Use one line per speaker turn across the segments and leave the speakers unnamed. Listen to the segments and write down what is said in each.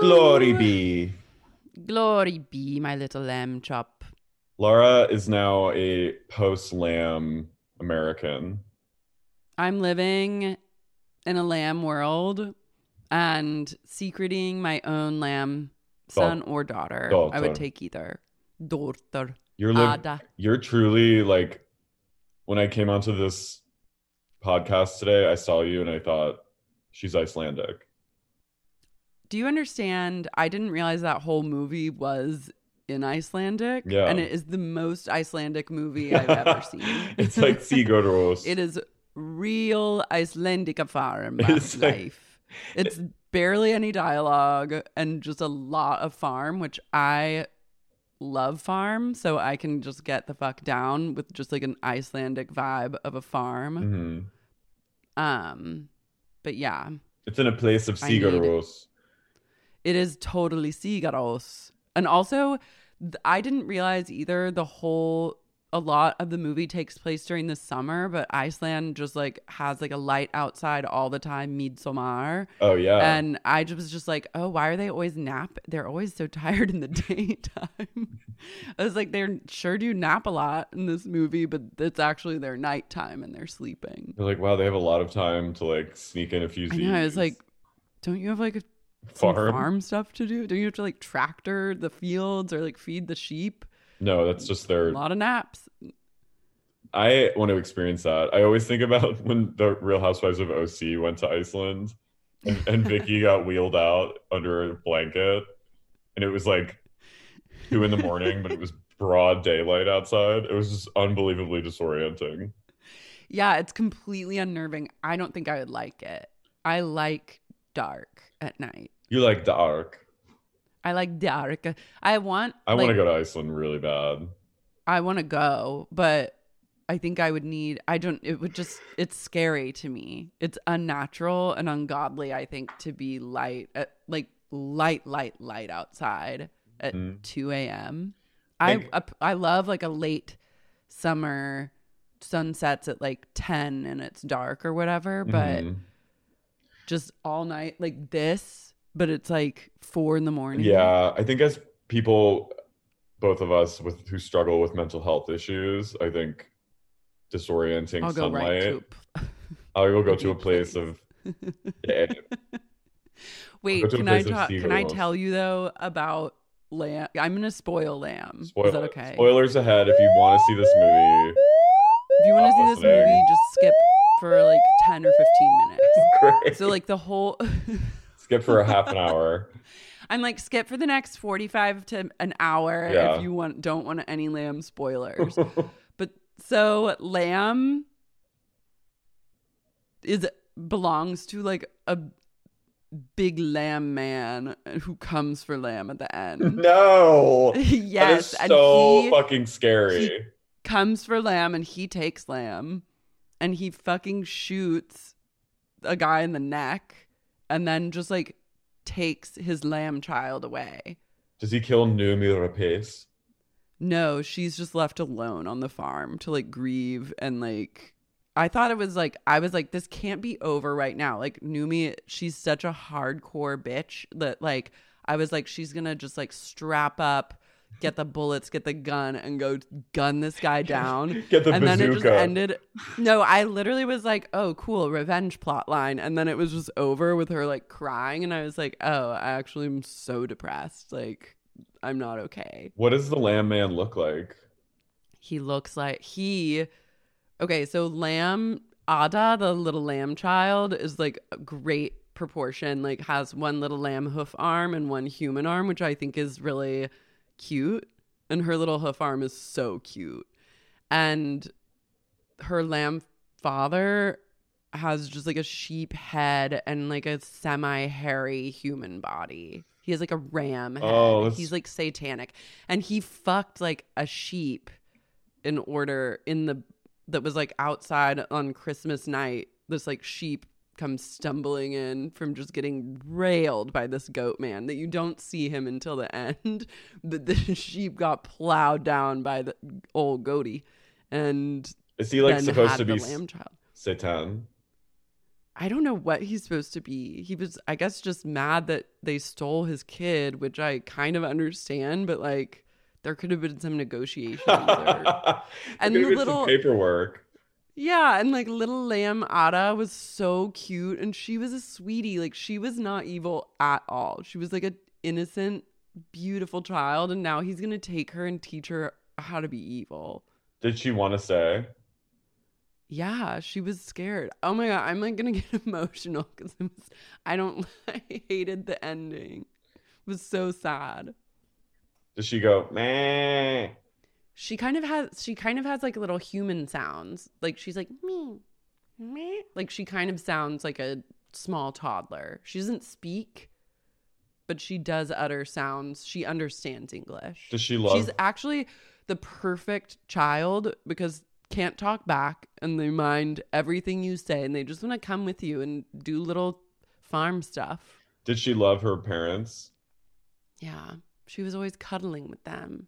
Glory be.
Glory be, my little lamb chop.
Laura is now a post lamb American.
I'm living in a lamb world and secreting my own lamb, son or daughter. I
Daughter.
would take either. Daughter.
You're li-
Ada.
you're truly like when I came onto this podcast today, I saw you and I thought she's Icelandic.
Do you understand? I didn't realize that whole movie was in Icelandic.
Yeah.
And it is the most Icelandic movie I've ever seen.
it's like Sigurós.
It is real Icelandic farm
It's like-
life. it's barely any dialogue and just a lot of farm, which I love farm, so I can just get the fuck down with just like an Icelandic vibe of a farm.
Mhm.
Um but yeah,
It's in a place of
I need-
Sigurós.
it is totally cigarros. And also th- I didn't realize either the whole a lot of the movie takes place during the summer, but Iceland just like has like a light outside all the time, midsummer.
Oh yeah.
And I just was just like, oh, why are they always nap? They're always so tired in the daytime. I was like, they sure do nap a lot in this movie, but it's actually their nighttime and they're sleeping.
They're like, wow, they have a lot of time to like sneak in a few.
I know. I was
Zs.
like, don't you have like a some
farm?
farm stuff to do? Don't you have to like tractor the fields or like feed the sheep?
No, that's just
A
their.
lot of naps.
I want to experience that. I always think about when the Real Housewives of OC went to Iceland, and, and Vicky got wheeled out under a blanket, and it was like two in the morning, but it was broad daylight outside. It was just unbelievably disorienting.
Yeah, it's completely unnerving. I don't think I would like it. I like dark at night.
You like the arc?
I like dark. I want.
I want
like,
to go to Iceland really bad.
I want to go, but I think I would need I don't it would just it's scary to me. It's unnatural and ungodly I think to be light at like light light light outside at
Mhm.
2 a.m. I
Like-
up- I love like a late summer sunsets at like 10 and it's dark or whatever, but
Mhm.
just all night like this, but it's like 4 in the morning.
Yeah, I think as people, both of us with who struggle with mental health issues, I think disorienting
I'll go right
sunlight.
to a
I will go
Could
to
be
a place
place.
of. Yeah,
Wait,
Go to a
can I
place of
talk, can I
seagulls.
tell you though about lamb? I'm gonna spoil lamb. Is that
spoil-
okay?
Spoilers ahead if you want to see this movie.
If you want to
Stop
see this
listening.
movie, just skip for like ten or fifteen minutes.
Great.
So like the whole,
skip for a half an hour.
I'm like skip for the next forty five to an hour
Yeah.
if you want don't want any lamb spoilers. but so lamb is belongs to like a big lamb man who comes for lamb at the end.
no. that is
yes, and
so
he
fucking scary.
he- comes for Lamb and he takes Lamb, and he fucking shoots a guy in the neck, and then just like takes his lamb child away.
Does he kill Noomi Rapace?
No, she's just left alone on the farm to like grieve and like. I thought it was like I was like this can't be over right now. Like Numi, she's such a hardcore bitch that like I was like she's gonna just like strap up, get the bullets, get the gun, and go gun this guy down.
Get the
and
bazooka.
then it just ended. No, I literally was like, oh, cool, revenge plot line. And then it was just over with her like crying. And I was like, oh, I actually am so depressed. Like, I'm not okay.
What does the lamb man look like?
He looks like he. Okay, so Lamb, Ada, the little lamb child, is like a great proportion, like has one little lamb hoof arm and one human arm, which I think is really cute. And her little hoof arm is so cute. And her lamb father has just like a sheep head and like a semi hairy human body. He has like a ram head.
Oh, that's-
He's like satanic. And he fucked like a sheep in order in the that was like outside on Christmas night. This like sheep comes stumbling in from just getting railed by this goat man that you don't see him until the end. But the sheep got plowed down by the old goaty. And
Is he like
then
supposed
had
to be
the lamb child.
Satan?
I don't know what he's supposed to be. He was, I guess, just mad that they stole his kid, which I kind of understand, but like there could have been some negotiations. or- And
Maybe
the
it's
little-
paperwork.
yeah, and like little lamb Ada was so cute, and she was a sweetie. Like she was not evil at all. She was like an innocent, beautiful child, and now he's gonna take her and teach her how to be evil.
Did she want to say?
Yeah, she was scared. Oh my god, I'm like gonna get emotional because I don't. I hated the ending. It was so sad.
Does she go meh?
She kind of has. She kind of has like little human sounds. Like she's like me, me. Like she kind of sounds like a small toddler. She doesn't speak, but she does utter sounds. She understands English.
Does she love?
She's actually the perfect child because can't talk back and they mind everything you say and they just want to come with you and do little farm stuff.
Did she love her parents?
Yeah. She was always cuddling with them.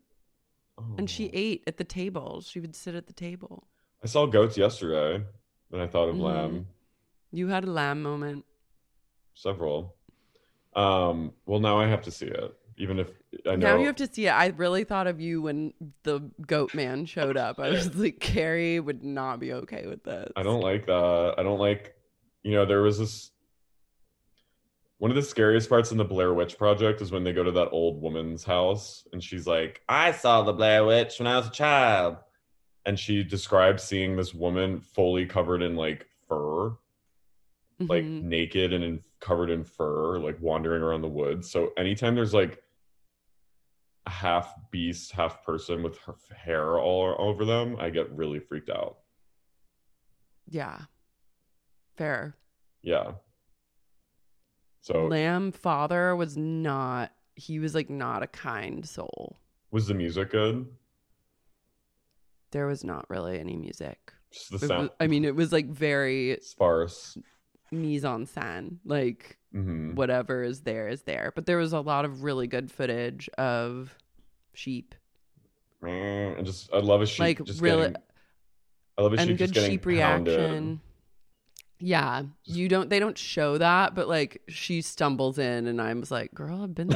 And she
Oh.
ate at the tables. She would sit at the table.
I saw goats yesterday, and I thought of
Mhm.
lamb.
You had a lamb moment.
Several. Um. Well, now I have to see it, even if I know.
Now you have to see it. I really thought of you when the goat man showed up. I was like, Carrie would not be okay with this.
I don't like that. I don't like, you know, there was this. One of the scariest parts in the Blair Witch Project is when they go to that old woman's house and she's like, I saw the Blair Witch when I was a child. And she describes seeing this woman fully covered in like fur, like
Mhm.
naked and in, covered in fur, like wandering around the woods. So anytime there's like a half beast, half person with her hair all over them, I get really freaked out.
yeah. Fair.
Yeah. So
Lamb Father was not he was like not a kind soul.
was the music good?
There was not really any music.
Just the
It
sound
was- I mean, it was like very
sparse.
mise en scène. Like
hmm
whatever is there is there. But there was a lot of really good footage of sheep.
And just I love a sheep.
Like,
just
really-
getting- I love a sheep
and
just
good
getting
sheep
pounded.
reaction. Yeah, you don't. They don't show that, but like she stumbles in, and I was like, "Girl, I've been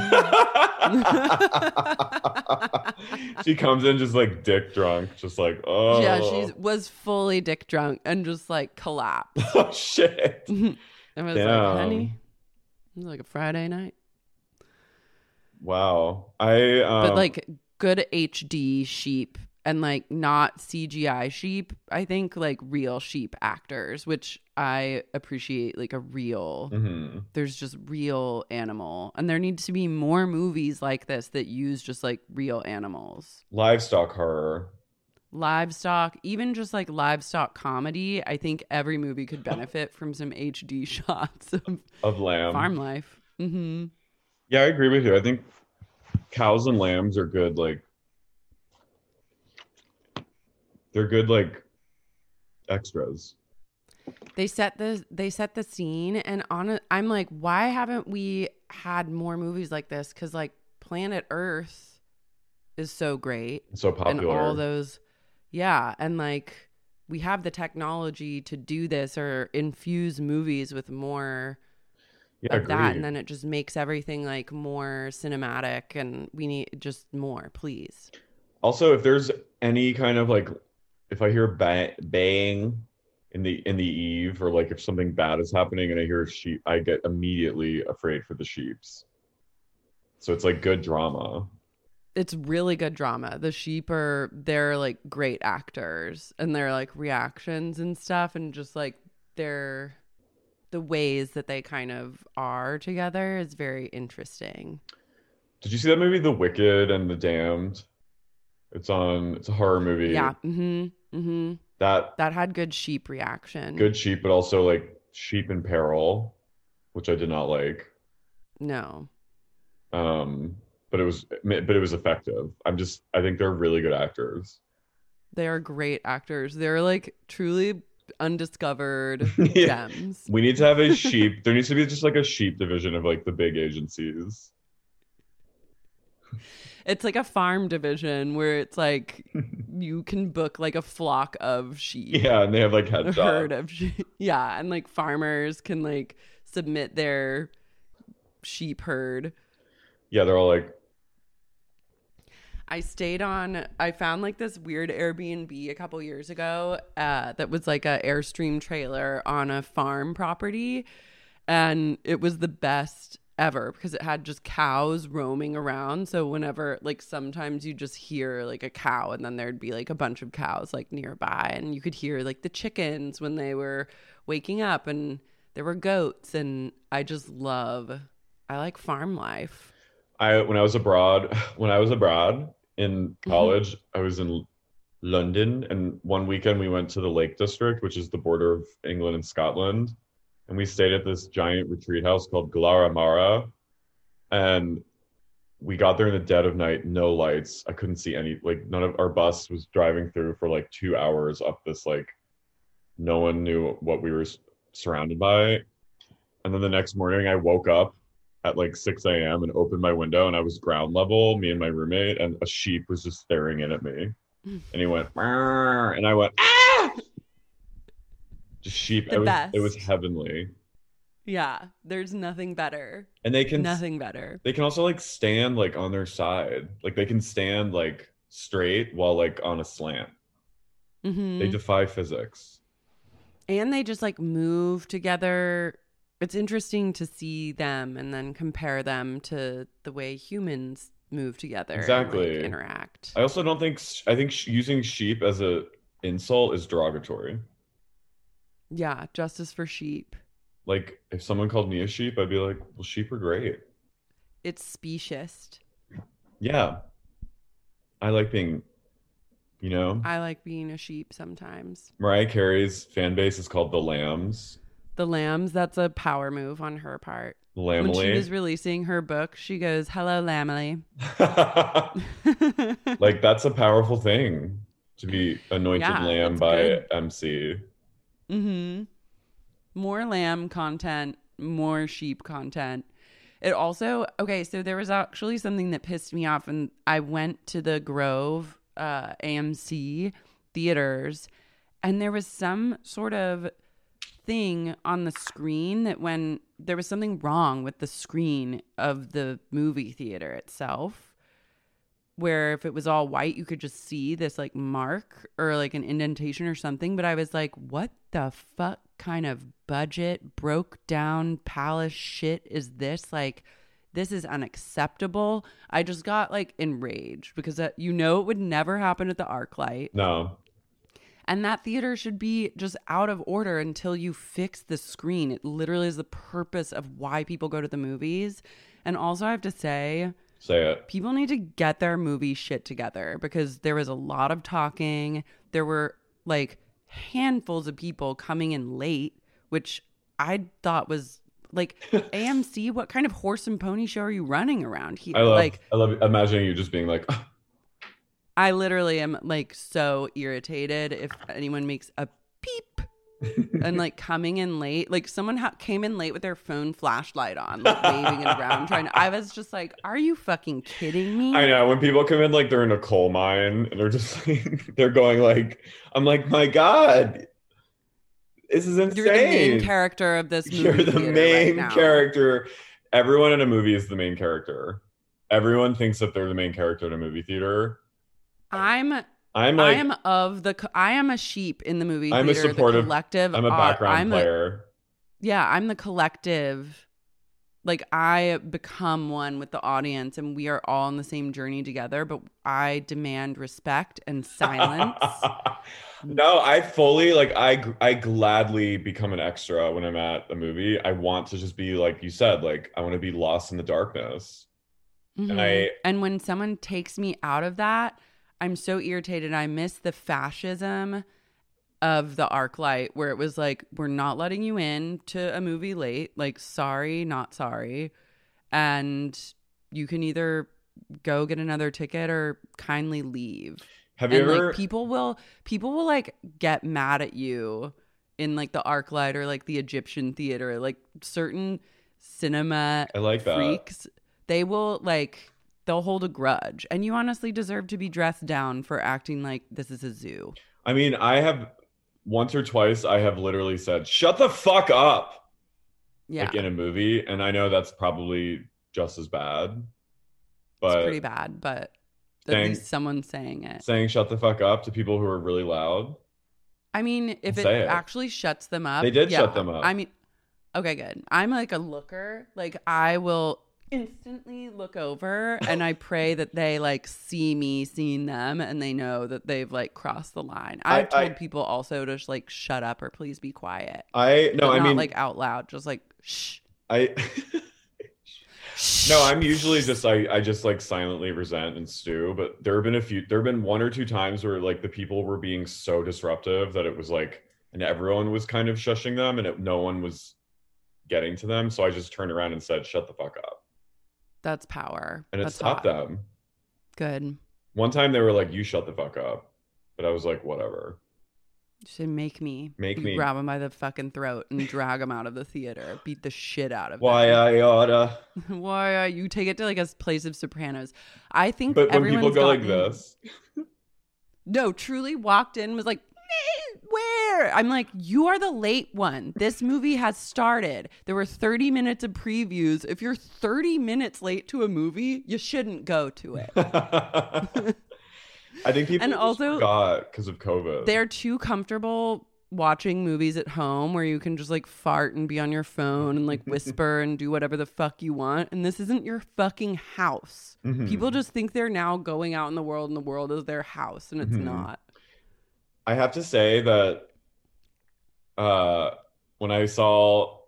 there."
she comes in just like dick drunk, just like oh
Yeah, she was fully dick drunk and just like collapsed.
oh shit.
I was
Damn.
like, "Honey, it was like a Friday night."
Wow. I um,
but like good HD sheep and like not CGI sheep. I think like real sheep actors, which I appreciate like a real
mhm.
there's just real animal and there needs to be more movies like this that use just like real animals.
livestock horror.
Livestock, even just like livestock comedy, I think every movie could benefit from some HD shots of
Of lamb.
farm life. Mhm.
Yeah, I agree with you. I think cows and lambs are good, like they're good like extras.
they set the they set the scene and on a, i'm like why haven't we had more movies like this because like planet earth is so great
It's so
and
popular.
all those yeah and like we have the technology to do this or infuse movies with more
yeah,
of that
agreed.
and then it just makes everything like more cinematic and we need just more please
also if there's any kind of like if I hear ba- bang in the in the eve or like if something bad is happening and I hear sheep I get immediately afraid for the sheeps. So it's like good drama.
it's really good drama. The sheep are they're like great actors and their like reactions and stuff and just like their the ways that they kind of are together is very interesting.
Did you see that movie The Wicked and the Damned? It's on it's a horror movie.
Yeah. Mhm. Mhm.
That
That had good sheep reaction.
good sheep, but also like sheep in peril, which I did not like.
No.
Um, but it was but it was effective. I'm just I think they're really good actors.
They are great actors. They're like truly undiscovered
Yeah.
gems.
We need to have a sheep. there needs to be just like a sheep division of like the big agencies.
It's like a farm division where it's like you can book like a flock of sheep.
Yeah, and they have like
a
headshots.
herd of sheep. Yeah, and like farmers can like submit their sheep herd.
Yeah, they're all like,
I stayed on. I found like this weird Airbnb a couple years ago uh, that was like a Airstream trailer on a farm property, and it was the best ever because it had just cows roaming around. So whenever like sometimes you just hear like a cow, and then there'd be like a bunch of cows like nearby, and you could hear like the chickens when they were waking up, and there were goats, and I just love. I like farm life.
I when I was abroad, when I was abroad in college, I was in L- London, and one weekend we went to the Lake District, which is the border of England and Scotland, and we stayed at this giant retreat house called Glaramara, and we got there in the dead of night, no lights. I couldn't see any, like none of our bus was driving through for like two hours up this like, no one knew what we were s- surrounded by, and then the next morning I woke up at like 6 a.m. and opened my window and I was ground level, me and my roommate, and a sheep was just staring in at me.
Mm.
And he went, "Meow," and I went, ah! Just sheep.
The
it, was, it was
best.
heavenly.
Yeah, there's nothing better.
And they can
Nothing better.
they can also like stand like on their side. Like they can stand like straight while like on a slant.
hmm
They defy physics.
and they just like move together. It's interesting to see them and then compare them to the way humans move together. and, like,
Exactly.
interact.
I also don't think s- I think sh- using sheep as a insult is derogatory.
yeah, justice for sheep.
Like if someone called me a sheep, I'd be like, "Well, sheep are great."
It's speciest.
Yeah. I like being, you know,
I like being a sheep sometimes.
Mariah Carey's fan base is called the Lambs,
The lambs, that's a power move on her part. When she was
Lamely.
releasing her book, she goes, Hello, Lamely.
Like that's a powerful thing to be anointed
Yeah,
lamb
that's
by
good.
MC.
Mm-hmm. More lamb content, more sheep content. It also okay, so there was actually something that pissed me off, and I went to the Grove uh, AMC theaters, and there was some sort of thing on the screen that when there was something wrong with the screen of the movie theater itself where if it was all white, you could just see this like mark or like an indentation or something. But I was like, what the fuck kind of budget broke down palace shit is this? Like, this is unacceptable. I just got like enraged because that, you know it would never happen at the arc light.
No.
And that theater should be just out of order until you fix the screen. It literally is the purpose of why people go to the movies. And also, I have to say,
Say it.
people need to get their movie shit together because there was a lot of talking. There were like handfuls of people coming in late, which I thought was like AMC. What kind of horse and pony show are you running around here?
I love
like
I love imagining you just being like "Ah,
I literally am like so irritated if anyone makes a beep and like coming in late. Like someone ha- came in late with their phone flashlight on, like waving it around, trying. To- I was just like, "Are you fucking kidding me?"
I know when people come in like they're in a coal mine and they're just like they're going like I'm like my god this is insane
You're the main character of this movie.
You're the
theater
main
right now.
character. Everyone in a movie is the main character. Everyone thinks that they're the main character in a movie theater.
I'm.
I'm like
I am of the. co- I am a sheep in the movie
I'm a
theater.
supportive-
The collective.
I'm a
are-
background
I'm a-
player.
yeah, I'm the collective. Like I become one with the audience, and we are all on the same journey together. But I demand respect and silence.
no, I fully like I gr- I gladly become an extra when I'm at a movie. I want to just be like you said, like I want to be lost in the darkness.
Mhm.
I-
and when someone takes me out of that, I'm so irritated. I miss the fascism of the arc light where it was like we're not letting you in to a movie late like sorry not sorry and you can either go get another ticket or kindly leave
Have you
and
ever?
like people will people will like get mad at you in like the arc light or like the egyptian theater like certain cinema
I like that.
freaks they will like they'll hold a grudge and you honestly deserve to be dressed down for acting like this is a zoo
I mean, I have once or twice. I have literally said, "Shut the fuck up!"
yeah
Like in a movie, and I know that's probably just as bad.
it's pretty
But
bad but at
Saying-
least someone's saying it
saying "shut the fuck up" to people who are really loud,
I mean, if it,
Say it.
actually shuts them up,
They did shut them up.
I mean, okay, good. I'm like a looker. Like I will instantly look over and I pray that they like see me seeing them and they know that they've like crossed the line.
I-
I've told
I-
people also to sh- like shut up or please be quiet.
I no,
But
I
not
mean,
like out loud, just like shh.
I no, I'm usually just I I just like silently resent and stew. But there have been a few, there have been one or two times where like the people were being so disruptive that it was like, and everyone was kind of shushing them, and it, no one was getting to them. So I just turned around and said, "Shut the fuck up,"
That's power.
and it
That's
stopped
hot.
them.
Good.
One time they were like, "You shut the fuck up," but I was like, "Whatever."
You should make me
Make
You
me.
grab him by the fucking throat and drag him out of the theater. Beat the shit out of
Why
them.
I oughta.
Why are you take it to like a place of Sopranos? I think.
But when people
everyone's
go like
gotten-
this,
no, truly walked in was like, "Eh, where? I'm like, you are the late one. This movie has started. There were 30 minutes of previews. If you're 30 minutes late to a movie, you shouldn't go to it.
I think people
And
just
also-
forgot because of COVID.
They're too comfortable watching movies at home where you can just like fart and be on your phone and like whisper and do whatever the fuck you want. And this isn't your fucking house.
Mhm.
People just think they're now going out in the world and the world is their house and it's
Mhm.
not.
I have to say that uh, when I saw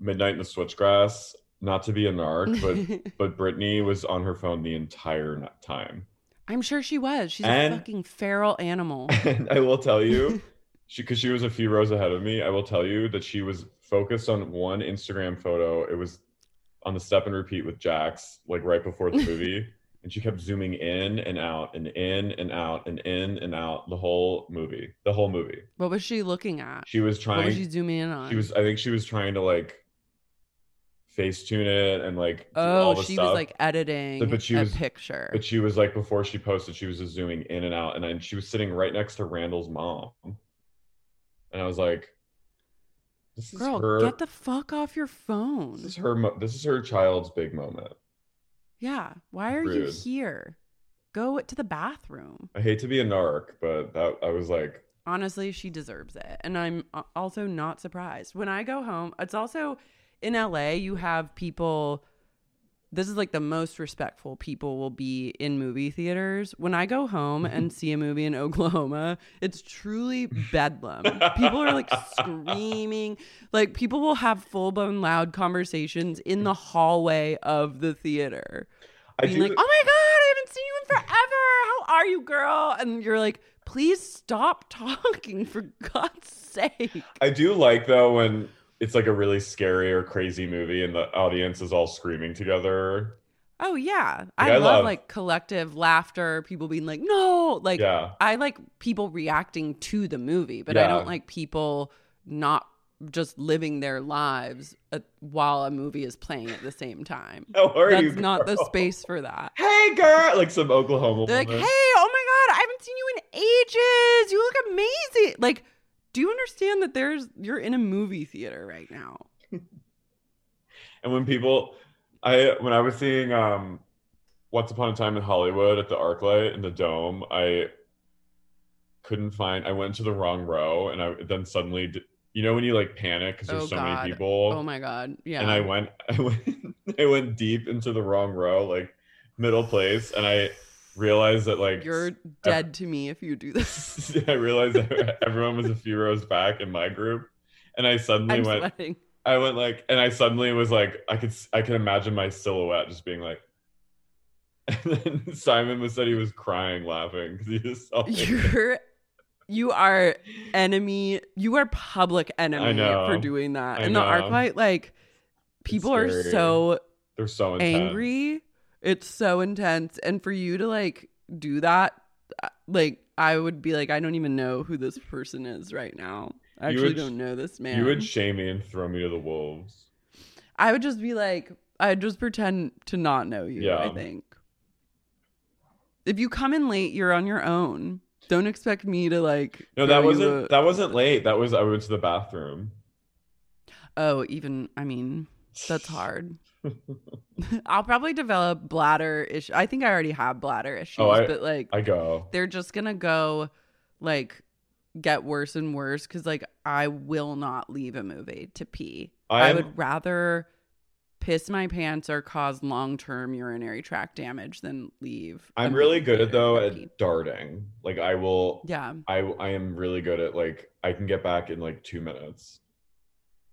Midnight in the Switchgrass, not to be a narc, but but Brittany was on her phone the entire n- time.
I'm sure she was. She's
And-
a fucking feral animal.
And I will tell you, she because she was a few rows ahead of me. I will tell you that she was focused on one Instagram photo. It was on the step and repeat with Jax, like right before the movie. And she kept zooming in and out and in and out and in and out the whole movie. The whole movie.
what was she looking at?
She was
what
trying
was she zooming in on?
She was. I think she was trying to like face tune it and like do all
oh,
the
she
stuff.
was like editing
But she
a
was-
picture.
But she was like before she posted, she was just zooming in and out, and then she was sitting right next to Randall's mom, and I was like, "This is
Girl,
her.
get the fuck off your phone.
this is her. mo- This is her child's big moment."
yeah. Why are you
Rude.
here? Go to the bathroom.
I hate to be a narc, but that I was like,
Honestly, she deserves it. And I'm uh, also not surprised. When I go home, it's also in LA, you have people. This is like the most respectful people will be in movie theaters. When I go home and see a movie in Oklahoma, it's truly bedlam. people are like screaming. Like people will have full blown loud conversations in the hallway of the theater
I
being
do.
like, "Oh my god, I haven't seen you in forever. How are you, girl?" And you're like, "Please stop talking, for God's sake."
I do like though when it's like a really scary or crazy movie, and the audience is all screaming together.
Oh yeah,
Like,
I,
I
love,
love-
like collective laughter. People being like, "No," like
Yeah.
I like people reacting to the movie, but I
Yeah.
don't like people not just living their lives at, while a movie is playing at the same time.
How are
That's
you?
not the
girl?
space for that.
hey girl like some oklahoma
They're like, hey,
woman.
oh my God, I haven't seen you in ages. You look amazing. Like, do you understand that there's you're in a movie theater right now?
and when people i when i was seeing um once upon a time in hollywood at the arclight in the dome i couldn't find i went to the wrong row and i then suddenly d- you know when you like panic because there's
Oh,
so
God.
many people
Oh my God. Yeah.
and i went i went i went deep into the wrong row like middle place and i realized that like
you're dead to me if you do this.
i realized that everyone was a few rows back in my group and i suddenly
I'm
went
sweating.
I went like, and I suddenly was like, I could, I could imagine my silhouette just being like. And then Simon was said he was crying, laughing because he just saw me.
You're You are enemy. You are public enemy
know.
for doing that.
I
and the
know.
ArcLight, like, people are
scary.
so
They're so intense.
angry. It's so intense. And for you to like do that, uh, like, I would be like, I don't even know who this person is right now. I
You
actually
would-
don't know this man.
You would shame me and throw me to the wolves.
I would just be like, I'd just pretend to not know you, I
Yeah.
think. If you come in late, you're on your own. Don't expect me to like.
No, that
throw you
wasn't
a-
that wasn't late. That was I went to the bathroom.
Oh, even I mean, that's hard. I'll probably develop bladder issues. I think I already have bladder issues,
Oh, I-
but like
I go.
they're just gonna go like get worse and worse because like I will not leave a movie to pee. I
I'm-
would rather piss my pants or cause long term urinary tract damage than leave. a
I'm
movie
really good
theater
at though
to
at
pee.
darting. Like I will
Yeah,
I I am really good at like I can get back in like two minutes.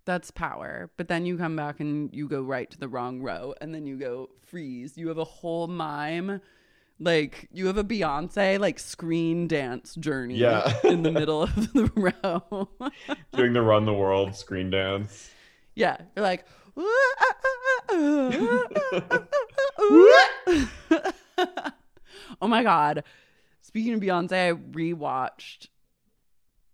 that's power. But then you come back and you go right to the wrong row and then you go freeze. You have a whole mime. Like you have a Beyonce like screen dance journey
Yeah.
in the middle of the row.
Doing the run the world screen dance.
Yeah, you're like. ah, ah, oh my god! Speaking of Beyonce, I rewatched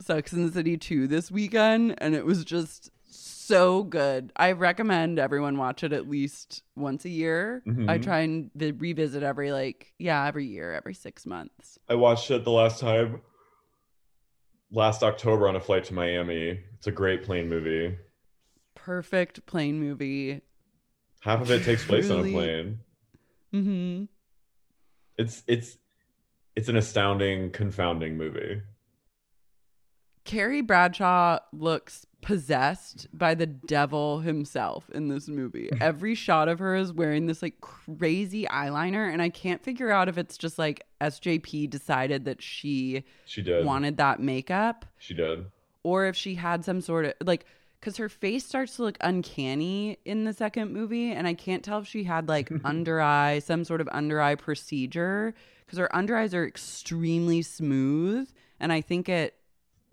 Sex and the City two this weekend, and it was just so good. I recommend everyone watch it at least once a year. I
Mhm.
try and vi- revisit every like yeah every year, every six months.
I watched it the last time last October on a flight to Miami. It's a great plane movie.
Perfect plane movie.
Half of it takes place on a
Really?
plane.
hmm
It's it's it's an astounding, confounding movie.
Carrie Bradshaw looks possessed by the devil himself in this movie. Every shot of her is wearing this like crazy eyeliner, and I can't figure out if it's just like SJP decided that she
She did.
wanted that makeup
She did.
or if she had some sort of like because her face starts to look uncanny in the second movie and i can't tell if she had like under eye some sort of under eye procedure because her under eyes are extremely smooth and i think it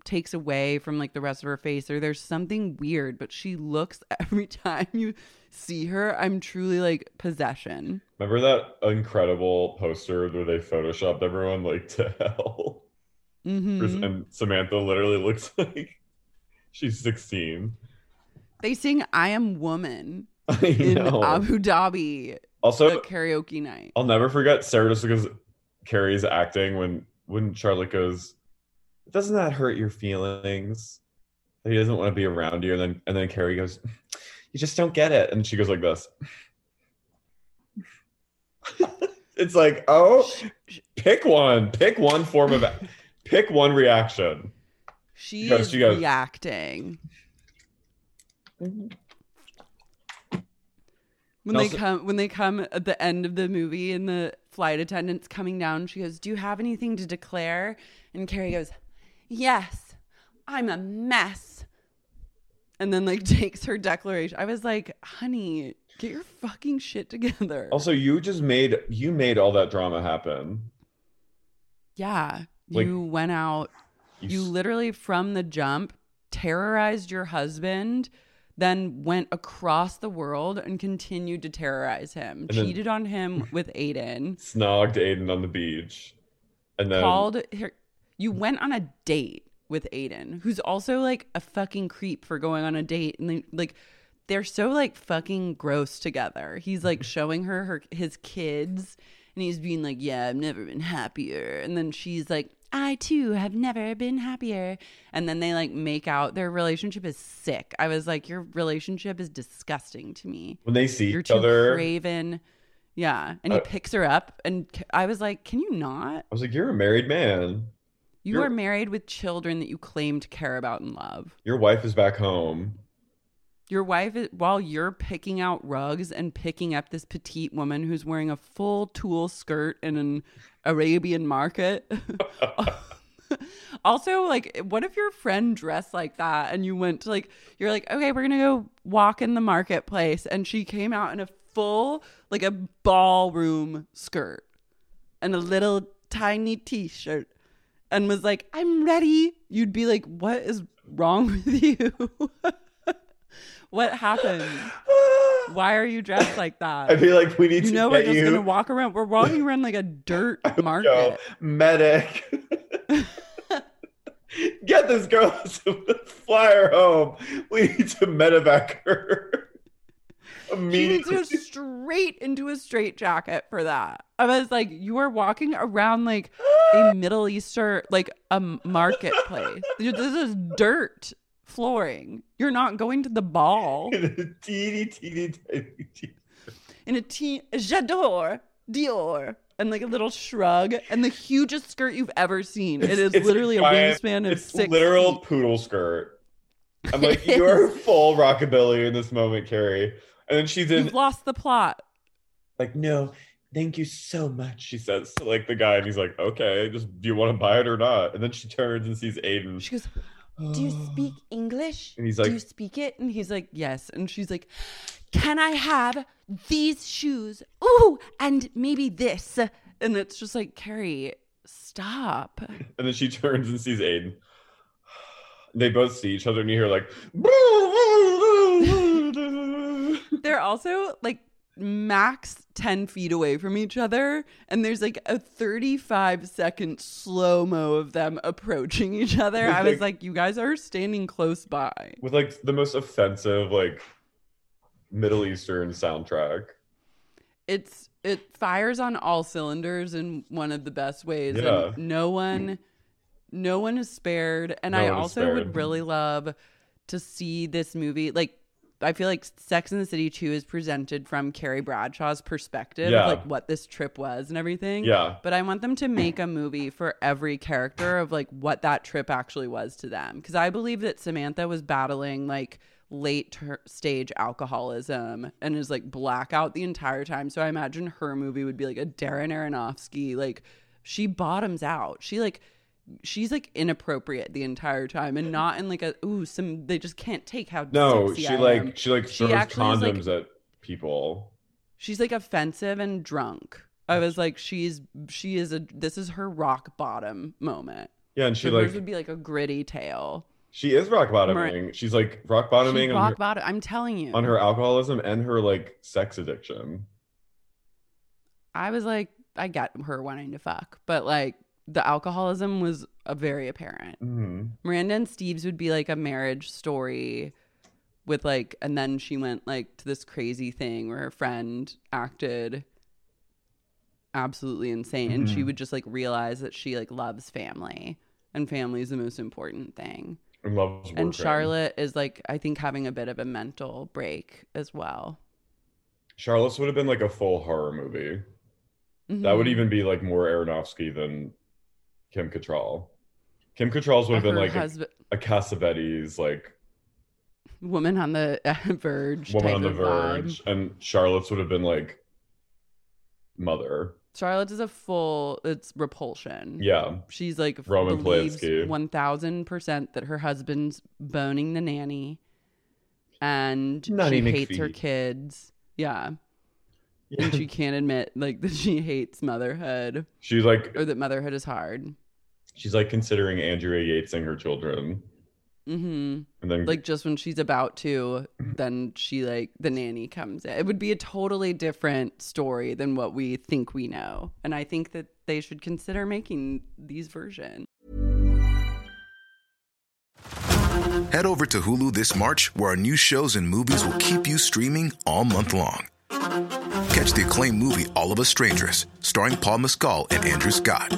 takes away from like the rest of her face or there's something weird but she looks every time you see her i'm truly like possession
Remember that incredible poster where they photoshopped everyone like to hell?
Mhm.
And Samantha literally looks like she's 16.
they sing i am woman
I
in
know.
abu dhabi
also,
at karaoke night
I'll never forget Sarah Jessica Carey's acting when when Charlotte goes, "Doesn't that hurt your feelings?" That he doesn't want to be around you, and then and then Carrie goes, "You just don't get it," and she goes like this. it's like, oh, pick one, pick one form of, pick one reaction.
She
You guys-
is
you guys-
reacting.
Mm-hmm.
When
And
they
also-
come when they come at the end of the movie and the flight attendant's coming down, she goes, Do you have anything to declare? And Carrie goes, Yes, I'm a mess. And then like takes her declaration. I was like, honey, get your fucking shit together.
Also, you just made you made all that drama happen.
yeah.
Like-
you went out You
s-
literally, from the jump, terrorized your husband, then went across the world and continued to terrorize him.
And then-
cheated on him with Aiden.
snogged Aiden on the beach, and then
Called her. You went on a date with Aiden, who's also like a fucking creep for going on a date. And they, like, they're so like fucking gross together. He's
Mm-hmm.
like showing her, her his kids, and he's being like, "Yeah, I've never been happier." And then she's like, "I too have never been happier." And then they like make out. Their relationship is sick. I was like, "Your relationship is disgusting to me."
when they see
You're
each
too
other,
craven. Yeah, and he
Uh,
picks her up, and c- I was like, "Can you not?"
I was like, "You're a married man.
You
You're-
are married with children that you claim to care about and love.
Your wife is back home."
Your wife, is, while you're picking out rugs and picking up this petite woman who's wearing a full tulle skirt in an Arabian market. also, like, what if your friend dressed like that and you went to, like, you're like, okay, we're going to go walk in the marketplace. And she came out in a full, like, a ballroom skirt and a little tiny t shirt and was like, I'm ready, you'd be like, What is wrong with you? what happened? Why are you dressed like that?
I'd be like, we need
you
to
know, we're
get
just
you
gonna walk around. We're walking around like a dirt market.
Yo, medic. Get this girl some flyer home. We need to medevac her.
She needs to go
Immediately.
straight into a straight jacket for that. I was like, you are walking around like a Middle Easter, like a marketplace. Dude, This is dirt flooring. You're not going to the ball
Teeny, teeny, tiny, teeny.
in a teen. J'adore Dior. And like a little shrug and the hugest skirt you've ever seen. It is
It's
literally a
giant-
wingspan of
it's
six.
literal
feet.
poodle skirt.
I'm like, you're full rockabilly in this moment, Carrie.
And then she's in
You've lost the plot.
Like, no, thank you so much.
she says to like the guy and he's like, Okay, just do you want to buy it or not? And then she turns and sees Aiden.
She goes, Do you speak English?
And he's
Do
like-
you speak it? And he's like, Yes. And she's like, Can I have these shoes? Ooh, and maybe this. And it's just like, Carrie, stop.
And then she turns and sees Aiden. They both see each other and you hear like
They're also like max 10 feet away from each other. And there's like a 35 second slow mo of them approaching each other. I was like, You guys are standing close by.
with like the most offensive like Middle Eastern soundtrack.
it's it fires on all cylinders in one of the best ways
Yeah.
and no one no one is spared and
No
i
one is
also would
spared.
really love to see this movie like i feel like sex and the city 2 is presented from carrie bradshaw's perspective
Yeah.
of like what this trip was and everything
Yeah.
but i want them to make a movie for every character of like what that trip actually was to them because i believe that samantha was battling like late ter- stage alcoholism and is like blackout the entire time so i imagine her movie would be like a darren aronofsky like she bottoms out she like she's like inappropriate the entire time and not in like a ooh some they just can't take how
No,
sexy
she
I am.
like she like
She
throws
actually is, like-
condoms at people.
she's like offensive and drunk i was like she's she is a this is her rock bottom moment
Yeah, and she
so
like
hers would be like a gritty tale
she is rock bottoming. She's like rock bottoming
She's
on,
rock
her,
bottom i'm telling you
on her alcoholism and her like sex addiction.
i was like i got her wanting to fuck but like the alcoholism was a very apparent
Mhm.
miranda and steve's would be like a marriage story with like and then she went like to this crazy thing where her friend acted absolutely insane and she
Mhm.
would just like realize that she like loves family and family is the most important thing
And loves working.
and Charlotte is like I think having a bit of a mental break as well.
Charlotte's would have been like a full horror movie. That would
Mhm.
even be like more Aronofsky than Kim Cattrall. Kim Cattrall's would have been
Her
like a,
husband,
a Cassavetes, like
woman on the verge,
woman
type
on the
of vibe.
verge, and Charlotte's would have been like mother.
Charlotte's is a full. It's repulsion.
Yeah,
she's like f-
Roman
believes
Polanski.
one thousand percent that her husband's boning the nanny, and
Nanny
she hates her
McPhee.
kids. Yeah, and she can't admit like that she hates motherhood
she's like
or that motherhood is hard.
she's like considering Andrea Yates and her children,
Mm-hmm.
and then
like just when she's about to then she like the nanny comes in it would be a totally different story than what we think we know and i think that they should consider making these versions
Head over to Hulu this March, where our new shows and movies will keep you streaming all month long. Catch the acclaimed movie All of Us Strangers, starring Paul Mescal and Andrew Scott.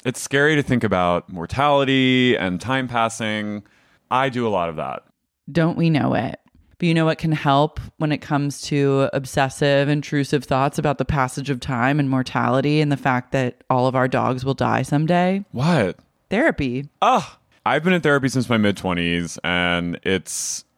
It's scary to think about mortality and time passing. I do a lot of that.
Don't we know it? But you know what can help when it comes to obsessive, intrusive thoughts about the passage of time and mortality and the fact that all of our dogs will die someday?
What?
Therapy.
Ah, I've been in therapy since my mid 20s, and it's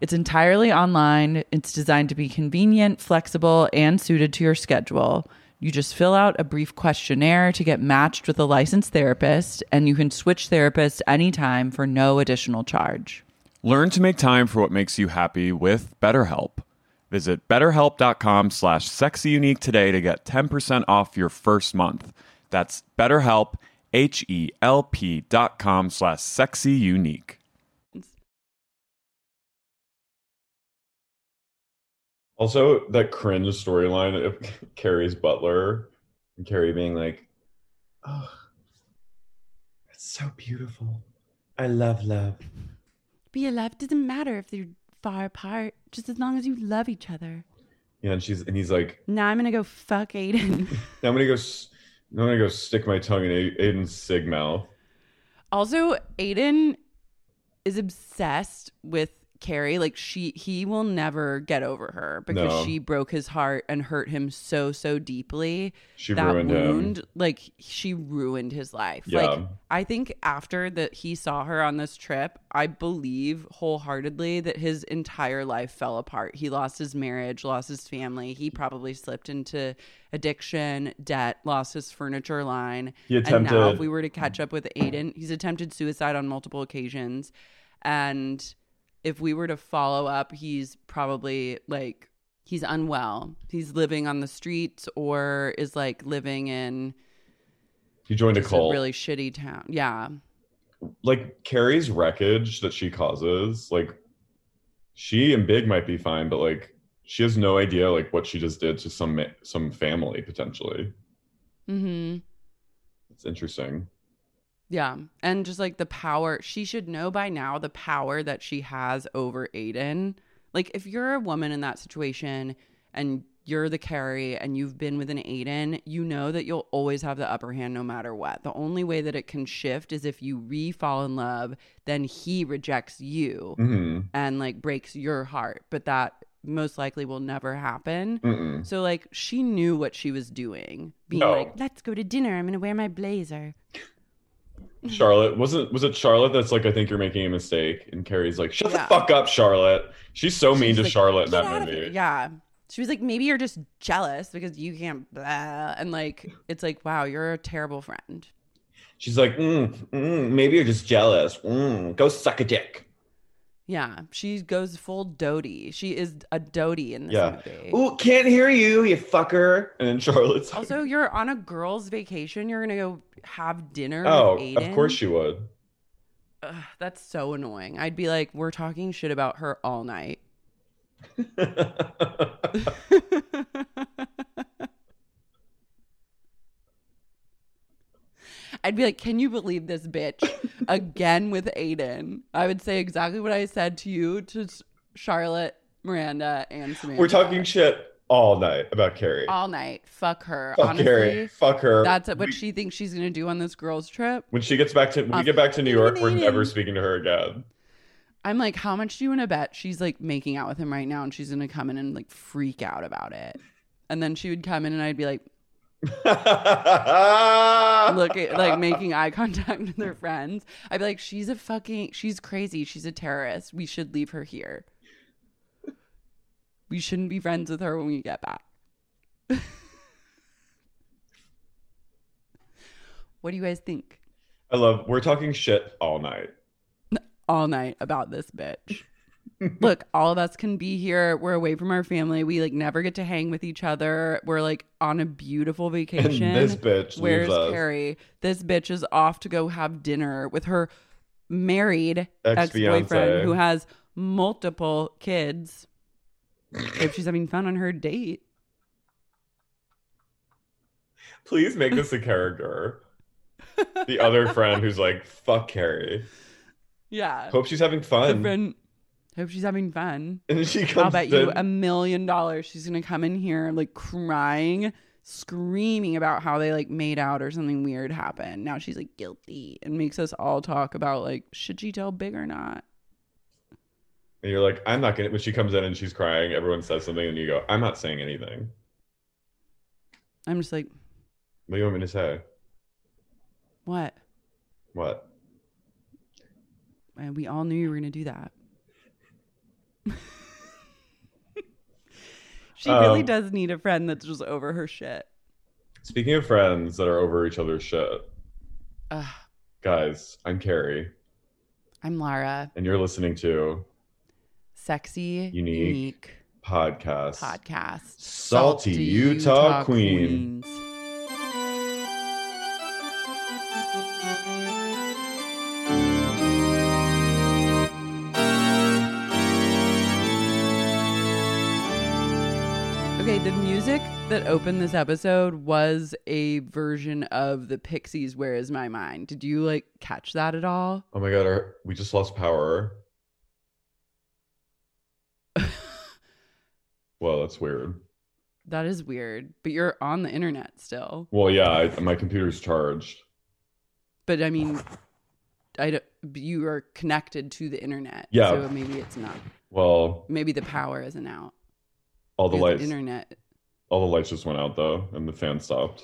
It's entirely online, it's designed to be convenient, flexible, and suited to your schedule. You just fill out a brief questionnaire to get matched with a licensed therapist, and you can switch therapists anytime for no additional charge.
Learn to make time for what makes you happy with BetterHelp. Visit betterhelp.com slash sexyunique today to get 10% off your first month. That's betterhelp, H-E-L-P dot com slash sexyunique.
Also, that cringe storyline of Carrie's butler and Carrie being like, oh, it's so beautiful. I love love.
Be alive doesn't matter if they're far apart, just as long as you love each other.
Yeah, and she's and he's like,
Now I'm gonna go fuck Aiden.
now I'm gonna go. s- now I'm gonna go stick my tongue in A- Aiden's sig mouth.
Also, Aiden is obsessed with Carrie. Like she he will never get over her because
No.
she broke his heart and hurt him so so deeply.
She
that
ruined him.
wound, like she ruined his life. Like
Yeah.
I think after that he saw her on this trip, I believe wholeheartedly that his entire life fell apart. He lost his marriage, lost his family. He probably slipped into addiction, debt, lost his furniture line.
He
And now if
attempted-
we were to catch up with Aiden, he's attempted suicide on multiple occasions. And if we were to follow up, he's probably like he's unwell. He's living on the streets or is like living in
He joined a
just a
cult.
really shitty town. Yeah.
like Carrie's wreckage that she causes, like she and Big might be fine, but like she has no idea like what she just did to some ma- some family potentially.
Mhm.
It's interesting.
Yeah. And just like the power, she should know by now the power that she has over Aiden. Like, if you're a woman in that situation and you're the carry and you've been with an Aiden, you know that you'll always have the upper hand no matter what. The only way that it can shift is if you re fall in love, then he rejects you
Mm.
hmm
Mm-hmm,
and like breaks your heart. But that most likely will never happen.
Mm-mm.
So like she knew what she was doing, being
No.
like, "Let's go to dinner. I'm gonna wear my blazer."
Charlotte wasn't was it Charlotte that's like I think you're making a mistake and Carrie's like shut
Yeah.
the fuck up Charlotte. She's so mean
She's
to
like,
Charlotte in
"Get out
that
of here."
movie.
Yeah. She was like, maybe you're just jealous because you can't blah. And like, it's like, wow, you're a terrible friend.
She's like mm, mm, maybe you're just jealous. Mm, go suck a dick.
Yeah. She goes full doty. She is a doty in this
Yeah.
movie.
Ooh, can't hear you, you fucker. And then Charlotte's like,
Also, you're on a girl's vacation. You're going to go have dinner
oh,
with Aiden.
of course she would.
Ugh, that's so annoying. I'd be like, we're talking shit about her all night. I'd be like, can you believe this bitch again with Aiden? I would say exactly what I said to you, to S- Charlotte, Miranda, and Samantha.
We're talking shit all night about Carrie.
all night. Fuck her.
Fuck
Honestly,
Carrie. Fuck her.
that's what she thinks she's going to do on this girls' trip.
when she gets back to when
Uh,
we get back to New York, we're
Aiden.
never speaking to her again.
I'm like, how much do you want to bet she's like making out with him right now and she's going to come in and like freak out about it? And then she would come in and I'd be like,
Look
look at like making eye contact with their friends. I'd be like, she's a fucking, she's crazy. She's a terrorist. We should leave her here. We shouldn't be friends with her when we get back. what do you guys think
I love we're talking shit all night.
all night about this bitch? Look, all of us can be here. We're away from our family. We like never get to hang with each other. We're like on a beautiful
And
vacation.
this bitch
Where's
leaves us.
Carrie? This bitch is off to go have dinner with her married ex
Ex-fiancé.
boyfriend who has multiple kids. if she's having fun on her date.
Please make this a character. the other friend who's like, fuck Carrie.
Yeah.
Hope she's having
The
fun.
friend- hope she's having fun.
and she comes
I'll bet
in.
you a million dollars she's gonna come in here like crying, screaming about how they like made out or something weird happened. Now she's like guilty and makes us all talk about like, should she tell Big or not?
and you're like, I'm not gonna when she comes in and she's crying, everyone says something and you go, I'm not saying anything.
I'm just like,
What do you want me to say?
what?
What?
And Uh, we all knew you were going to do that. she really
Um,
does need a friend that's just over her shit.
Speaking of friends that are over each other's shit,
Ugh,
guys, I'm Carrie,
I'm Lara,
and you're listening to
sexy,
Unique.
unique,
podcast.
podcast.
Salty Utah Queen.
Queens. Okay, the music that opened this episode was a version of the Pixies Where Is My Mind. Did you like catch that at all?
Oh my god, our, we just lost power. well, that's weird.
That is weird, but you're on the internet still.
Well, yeah, I, my computer's charged.
But I mean, I don't, you are connected to the internet.
Yeah.
So maybe it's not.
Well,
Maybe the power isn't out.
all the
Because
lights,
internet.
all the lights just went out though, and the fan stopped.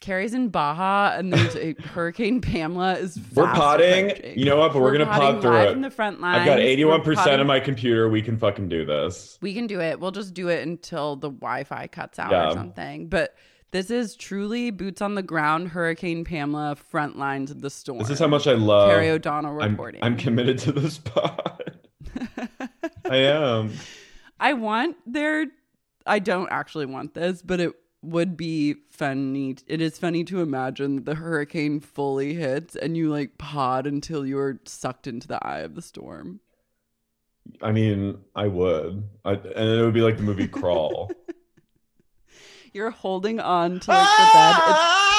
Carrie's in Baja, and there's a Hurricane Pamela is.
We're
fast
potting.
approaching.
You know what? But we're, gonna
potting
pot through
live
it.
From the front line.
I've got eighty-one percent of my computer. We can fucking do this.
We can do it. We'll just do it until the Wi-Fi cuts out
Yeah.
or something. But this is truly boots on the ground, Hurricane Pamela, front lines of the storm.
This is how much I love
Carrie O'Donnell
I'm-
reporting.
I'm, committed to this pod. I am.
I want their. I don't actually want this, but it would be funny. It is funny to imagine that the hurricane fully hits and you like pod until you are sucked into the eye of the storm.
I mean, I would. I, and it would be like the movie Crawl.
You're holding on to like the bed.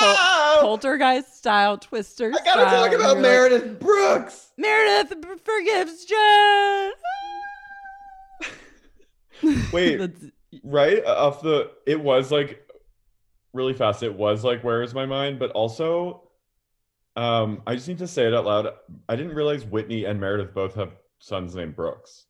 It's, poltergeist style twister.
Ah! I gotta
style,
talk
and
about
you're like,
Meredith Brooks.
Meredith b- forgives Jen.
Wait.
That's-
right off the it was like really fast it was like where is my mind but also um i just need to say it out loud i didn't realize whitney and meredith both have sons named brooks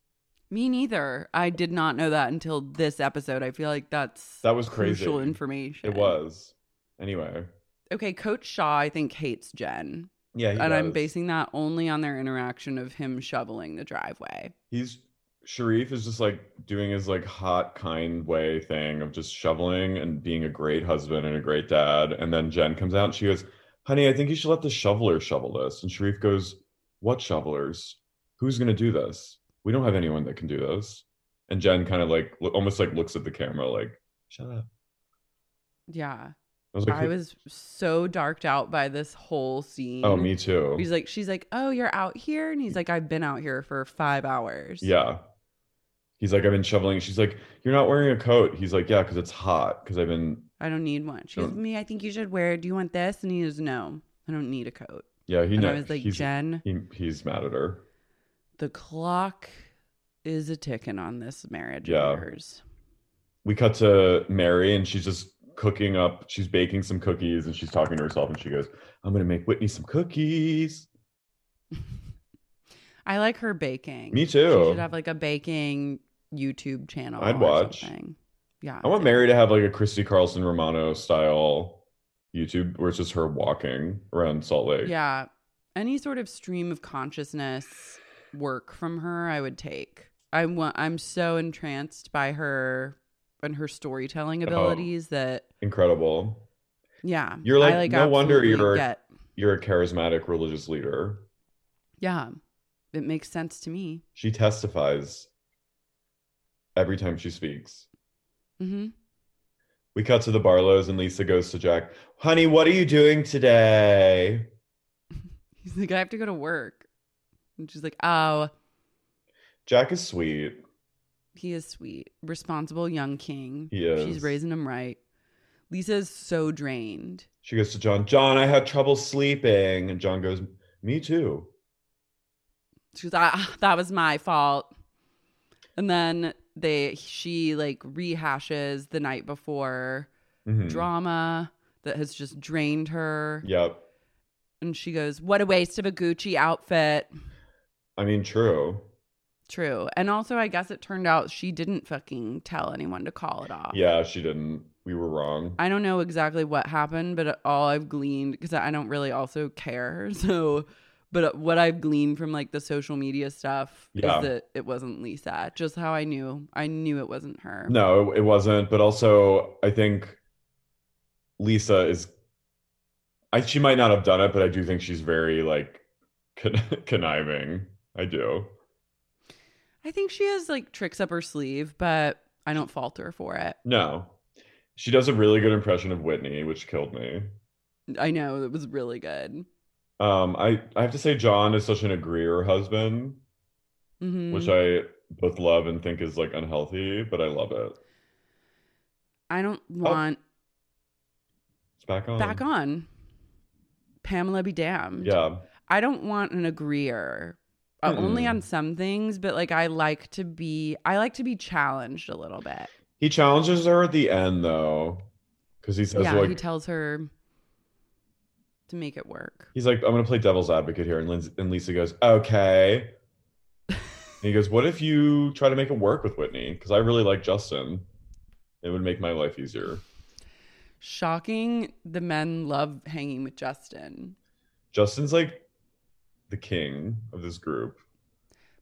me neither. I did not know that until this episode. I feel like that's
that was crazy
crucial information.
it was anyway
okay. Coach Shaw, I think hates Jen,
yeah he
and I'm
does.
basing that only on their interaction of him shoveling the driveway.
he's sharif is just like doing his like hot kind way thing of just shoveling and being a great husband and a great dad and then jen comes out and she goes honey i think you should let the shoveler shovel this and sharif goes what shovelers who's going to do this we don't have anyone that can do this and jen kind of like lo- almost like looks at the camera like shut up
Yeah.
i was like
I
"Who-"
was so darked out by this whole scene.
oh me too
He's like, she's like, oh, you're out here, and he's like, I've been out here for five hours.
yeah he's like i've been shoveling she's like you're not wearing a coat he's like yeah because it's hot because i've been
I don't need one. She goes,
Don't-
me, I think you should wear. it. Do you want this? And he goes, no, I don't need a coat.
yeah he
and I
knows
was like,
he's,
Jen,
he, he's mad at her
the clock is a ticking on this marriage
Yeah.
of yours.
we cut to Mary and she's just cooking up, she's baking some cookies and she's talking to herself and she goes, I'm gonna make Whitney some cookies.
I like her baking.
Me
She
too.
should have like a baking YouTube channel.
I'd
or
watch.
Something. Yeah.
I want Mary to have like a Christy Carlson Romano style YouTube where it's just her walking around Salt Lake.
Yeah. Any sort of stream of consciousness work from her, I would take. I want, I'm so entranced by her and her
Oh.
storytelling abilities that,
Incredible.
yeah.
You're like,
I,
no wonder
absolutely
you're-
Get,
You're a charismatic religious leader.
yeah. It makes sense to me.
She testifies every time she speaks.
hmm
We cut to the Barlows and Lisa goes to Jack, honey, what are you doing today?
He's like, I have to go to work. And she's like, oh,
Jack is sweet.
he is sweet, responsible young king.
He
She's
is.
raising him right. Lisa is so drained.
She goes to John, John, I had trouble sleeping. And John goes, Me too.
She was ah, that was my fault. And then they she like rehashes the night before
Mhm.
drama that has just drained her.
Yep.
And she goes, What a waste of a Gucci outfit.
I mean, true.
True. And also I guess it turned out she didn't fucking tell anyone to call it off.
Yeah, she didn't. We were wrong.
I don't know exactly what happened, but all I've gleaned because I don't really also care. So, but what I've gleaned from like the social media stuff
Yeah.
is that it wasn't Lisa. Just how I knew, I knew it wasn't her.
No, it wasn't. But also, I think Lisa is. I she might not have done it, but I do think she's very like con- conniving. I do.
I think she has like tricks up her sleeve, but I don't falter for it.
No, she does a really good impression of Whitney, which killed me.
I know it was really good.
Um, I I have to say, John is such an agreeer husband.
hmm
which I both love and think is like unhealthy, but I love it.
I don't
Oh.
want
It's back on.
back on Pamela be damned.
Um. Yeah.
I don't want an agreeer. Uh, only
Mm-mm.
on some things, but like I like to be I like to be challenged a little bit.
He challenges her at the end though, because he says
yeah,
like
he tells her to make it work.
he's like I'm gonna play devil's advocate here, and Lindsay, and Lisa goes okay. and he goes, "What if you try to make it work with Whitney? Because I really like Justin. It would make my life easier."
Shocking, the men love hanging with Justin.
Justin's like the king of this group.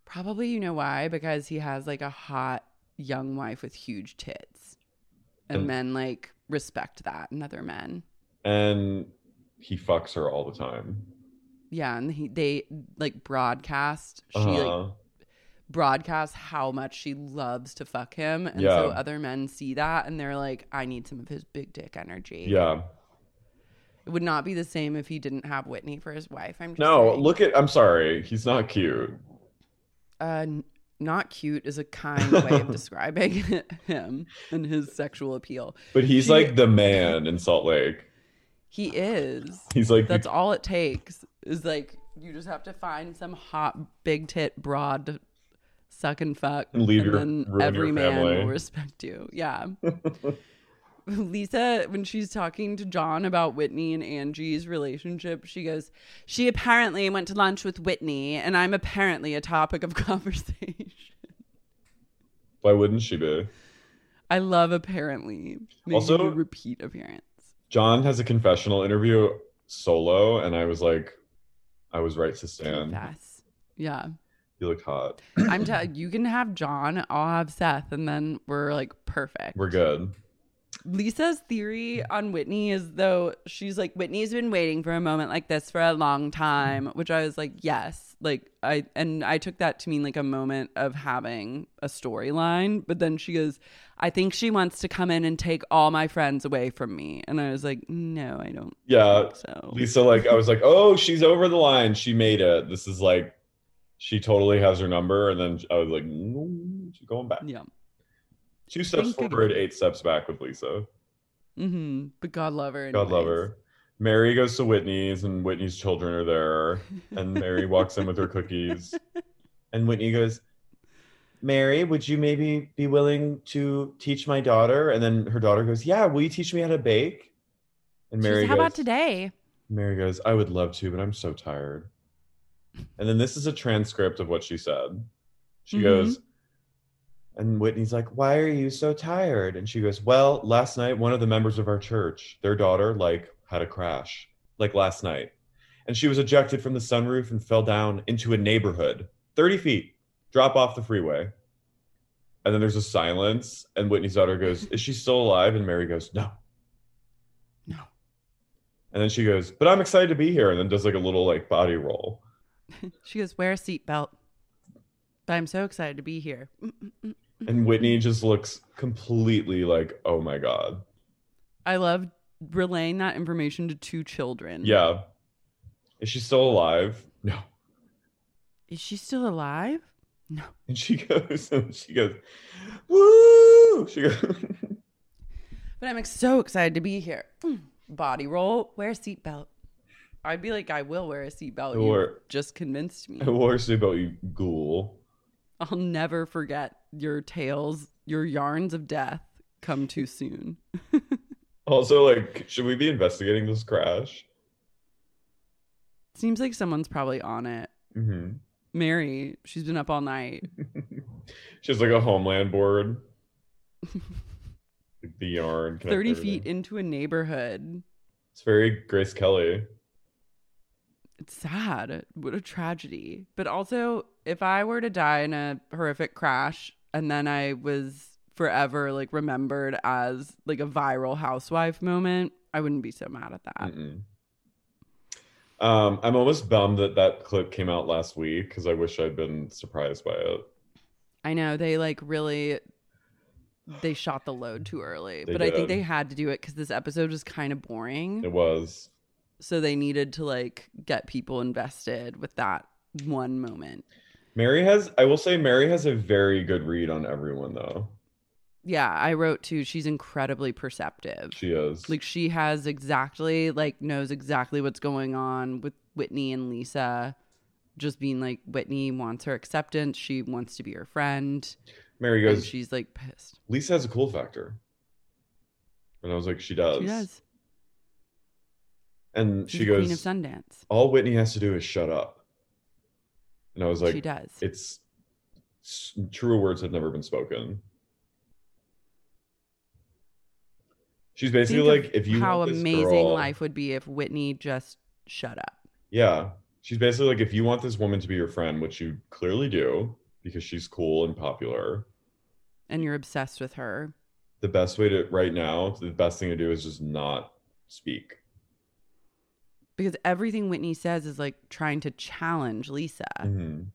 Probably you know why because he has like a hot young wife with huge tits. And
And-
men like respect that and other men.
And he fucks her all the time.
Yeah, and he, they like broadcast she like
Uh-huh.
broadcasts how much she loves to fuck him. And
Yeah.
so other men see that and they're like, I need some of his big dick energy.
yeah.
It would not be the same if he didn't have Whitney for his wife. I'm just
No,
saying.
look at. I'm sorry. He's not cute.
Uh, n- not cute is a kind way of describing him and his sexual appeal.
But he's
She-
like the man in Salt Lake.
He is.
He's like
That's all it takes is like you just have to find some hot big tit broad to suck and fuck,
And leave your-
then
ruin your
every man
family.
will respect you. Yeah. Lisa, when she's talking to John about Whitney and Angie's relationship, she goes, "She apparently went to lunch with Whitney, and I'm apparently a topic of conversation."
why wouldn't she be?
I love apparently. Maybe
Also-
do repeat appearance.
John has a confessional interview solo, and I was like, I was right to stand.
Confess. Yeah.
You look hot.
I'm tell you can have John, I'll have Seth, and then we're like perfect.
We're good.
Lisa's theory on Whitney is though she's like Whitney's been waiting for a moment like this for a long time, which I was like, yes, like I and I took that to mean like a moment of having a storyline, but then she goes, I think she wants to come in and take all my friends away from me, and I was like, no, I don't.
Yeah.
think so
Lisa, like, I was like, oh, she's over the line. She made it. This is like, she totally has her number. And then I was like, no, she's going back.
yeah.
Two steps
Think
forward,
again.
eight steps back with Lisa.
Mm-hmm. But God love her.
God love
anyways.
her. Mary goes to Whitney's, and Whitney's children are there. And Mary walks in with her cookies.
And Whitney goes, Mary, would you maybe be willing to teach my daughter? And then her daughter goes, Yeah, will you teach me how to bake? And Mary
She's, How
goes,
about today?
Mary goes, I would love to, but I'm so tired. And then this is a transcript of what she said. She
Mhm.
goes,
And Whitney's like, Why are you so tired? And she goes, Well, last night, one of the members of our church, their daughter, like, had a crash, like last night. And she was ejected from the sunroof and fell down into a neighborhood, 30 feet, drop off the freeway.
and then there's a silence, and Whitney's daughter goes, Is she still alive? And Mary goes, No.
No.
And then she goes, But I'm excited to be here. And then does like a little like body roll.
She goes, wear a seatbelt. But I'm so excited to be here. Mm-mm-mm.
And Whitney just looks completely like, Oh my God.
I love relaying that information to two children.
Yeah. Is she still alive? No.
Is she still alive? No.
And she goes, and she goes, Woo! She goes,
But I'm like, so excited to be here. Mm. Body roll, wear a seatbelt. I'd be like, I will wear a seatbelt. You
Or- Oh.
just convinced me.
I wore a seatbelt, you ghoul.
I'll never forget your tales, your yarns of death come too soon.
Also, like, should we be investigating this crash?
Seems like someone's probably on it.
Mm-hmm.
Mary, she's been up all night.
She has like a homeland board. Like, the yarn. connect
30
everything.
feet into a neighborhood.
It's very Grace Kelly.
It's sad. What a tragedy. But also, if I were to die in a horrific crash and then I was forever like remembered as like a viral housewife moment, I wouldn't be so mad at that.
Mm-mm. Um, I'm almost bummed that that clip came out last week because I wish I'd been surprised by it.
I know they like really they shot the load too early,
They
but I think
did.
they had to do it cuz this episode was kind of boring.
It was.
So they needed to like get people invested with that one moment.
Mary has, I will say, Mary has a very good read on everyone, though.
Yeah, I wrote too. She's incredibly perceptive.
She is.
Like she has exactly like knows exactly what's going on with Whitney and Lisa. Just being like Whitney wants her acceptance. She wants to be her friend.
Mary
And
goes,
she's like pissed.
Lisa has a cool factor. And I was like, she does.
She does.
And
She's
she
the Queen of
goes,
Sundance.
all Whitney has to do is shut up. And I was like,
she does.
it's s- truer words have never been spoken. She's basically
Think of
like, if you
how
want this
amazing
girl-
life would be if Whitney just shut up.
yeah, she's basically like, if you want this woman to be your friend, which you clearly do because she's cool and popular,
And you're obsessed with her.
the best way to right now, the best thing to do is just not speak.
Because everything Whitney says is like trying to challenge Lisa.
Mhm.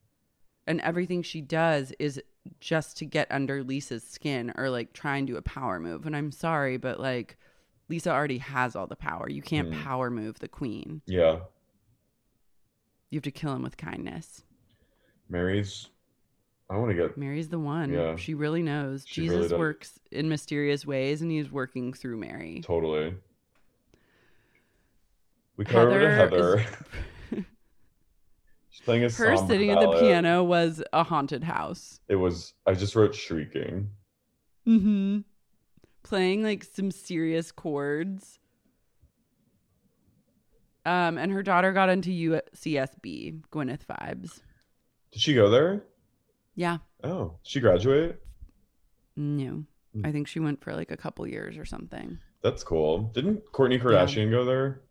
and everything she does is just to get under Lisa's skin or like trying to do a power move. And I'm sorry, but like Lisa already has all the power. You can't
Mm.
power move the queen.
Yeah,
You have to kill him with kindness.
Mary's. I want to get
Mary's the one.
Yeah.
She really knows.
She really
Jesus
does.
works in mysterious ways and he's working through Mary.
totally. We cut over to
Heather
Heather.
is-
She's playing a
Her
somber
sitting at the
ballad.
piano was a haunted house.
It was. I just wrote shrieking.
Mm-hmm. Playing like some serious chords. Um, and her daughter got into UCSB, Gwyneth vibes.
Did she go there?
Yeah,
Oh, did she graduate?
no,
Mm.
I think she went for like a couple years or something.
That's cool. Didn't Courtney Kardashian go there?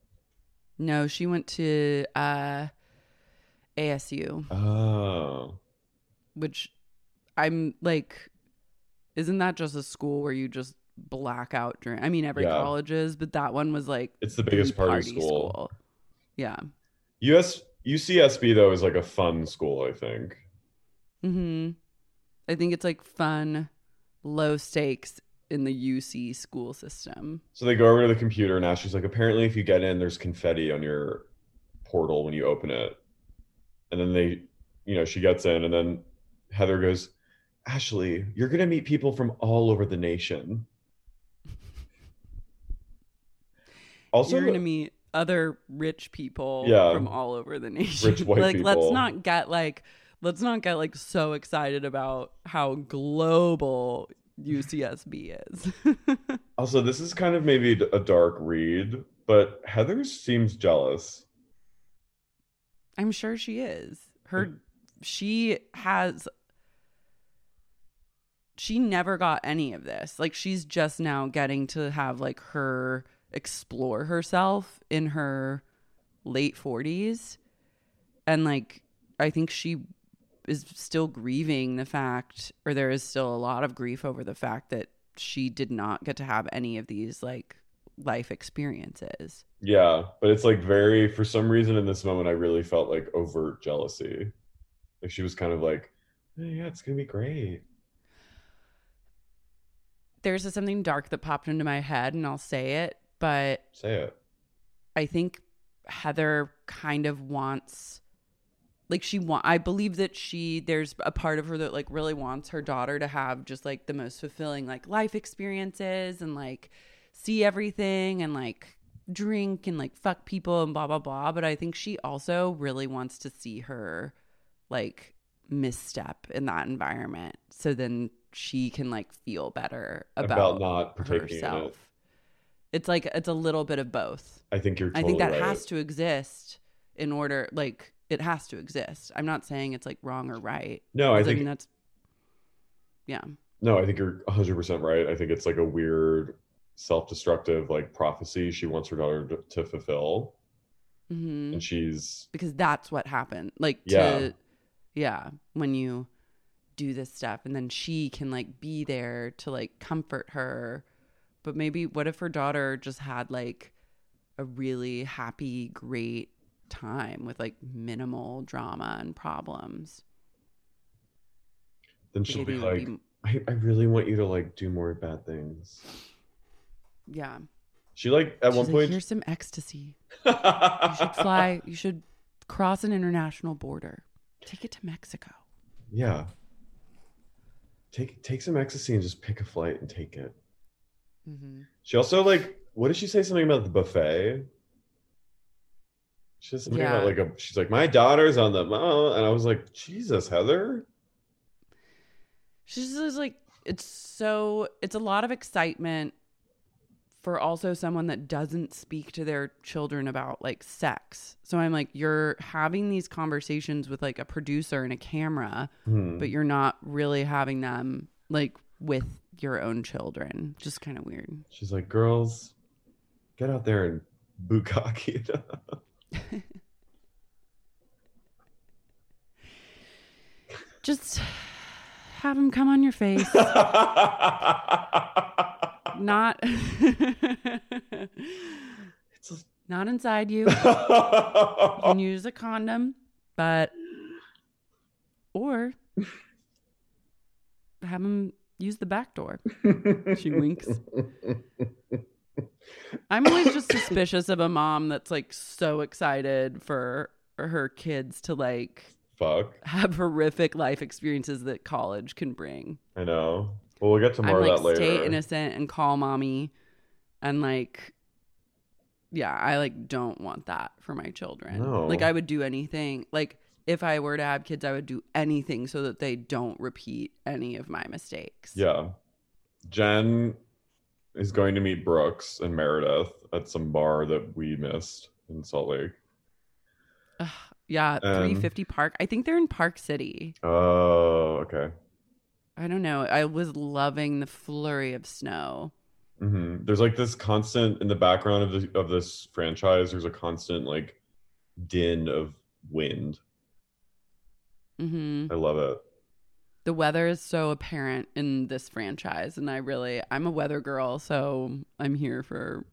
No, she went to uh, ASU,
Oh,
which I'm like, isn't that just a school where you just black out during? I mean, every
Yeah.
college is, but that one was like
it's the biggest
the
party, school.
Yeah.
US UCSB though is like a fun school. I think.
Hmm. I think it's like fun, low stakes in the UC school system.
So they go over to the computer and Ashley's like, apparently, if you get in, there's confetti on your portal when you open it. And then they, you know, she gets in, and then Heather goes, Ashley, you're going to meet people from all over the nation. Also,
You're gonna meet other rich people
Yeah.
from all over the nation.
Rich white
like, let's
people.
not get like, let's not get like so excited about how global UCSB is.
also, this is kind of maybe a dark read, but Heather seems jealous.
I'm sure she is. Her she has she never got any of this. Like she's just now getting to have like her explore herself in her late 40s. And like I think she is still grieving the fact or there is still a lot of grief over the fact that she did not get to have any of these like life experiences.
Yeah, but it's like very, for some reason in this moment, I really felt like overt jealousy. Like she was kind of like, "Oh, yeah, it's going to be great.
there's just something dark that popped into my head and I'll say it, but
Say it.
I think Heather kind of wants like she want I believe that she there's a part of her that like really wants her daughter to have just like the most fulfilling like life experiences and like see everything and like drink and like fuck people and blah blah blah, but I think she also really wants to see her like misstep in that environment so then she can like feel better about,
About not partaking in it.
herself. It's like it's a little bit of both.
I think you're.
I
Totally
think that
right.
has to exist in order, like it has to exist. I'm not saying it's like wrong or right.
No, I
'cause,
think
mean that's yeah,
no, I think you're 100 percent right. I think it's like a weird, self-destructive like prophecy she wants her daughter to, to fulfill,
hmm
and she's
because that's what happened. Like
Yeah.
to yeah, when you do this stuff, and then she can like be there to like comfort her. But maybe what if her daughter just had like a really happy, great time with like minimal drama and problems?
then she'll
Maybe
be
it would
like,
be m-
I, I really want you to like do more bad things.
yeah.
She like at
She's
one
like,
point.
here's some ecstasy. You should fly. you should cross an international border. Take it to Mexico.
yeah. Take take some ecstasy and just pick a flight and take it. She also like what did she say something about the buffet? She said something about
Yeah.
like a she's like my daughter's on the oh, and I was like Jesus Heather
She's just is like, it's so, it's a lot of excitement for also someone that doesn't speak to their children about like sex. So I'm like, you're having these conversations with like a producer and a camera,
Hmm.
but you're not really having them like with your own children. Just kind of weird.
she's like girls get out there and bukkake it up."
Just have them come on your face. not not inside you. You can use a condom, but or have him use the back door. She winks. I'm always just suspicious of a mom that's like so excited for her kids to like
Fuck
have horrific life experiences that college can bring.
I know. Well, we'll get to more
I'm
of
like
that later.
stay innocent and call mommy and like yeah, I like don't want that for my children.
No.
Like I would do anything. Like if I were to have kids, I would do anything so that they don't repeat any of my mistakes.
Yeah. Jen is going to meet Brooks and Meredith at some bar that we missed in Salt Lake.
Ugh, yeah,
Um,
350 Park. I think they're in Park City.
Oh, okay.
I don't know. I was loving the flurry of snow.
hmm There's like this constant in the background of the, of this franchise. There's a constant like din of wind.
hmm
I love it.
The weather is so apparent in this franchise, and I really, I'm a weather girl, so I'm here for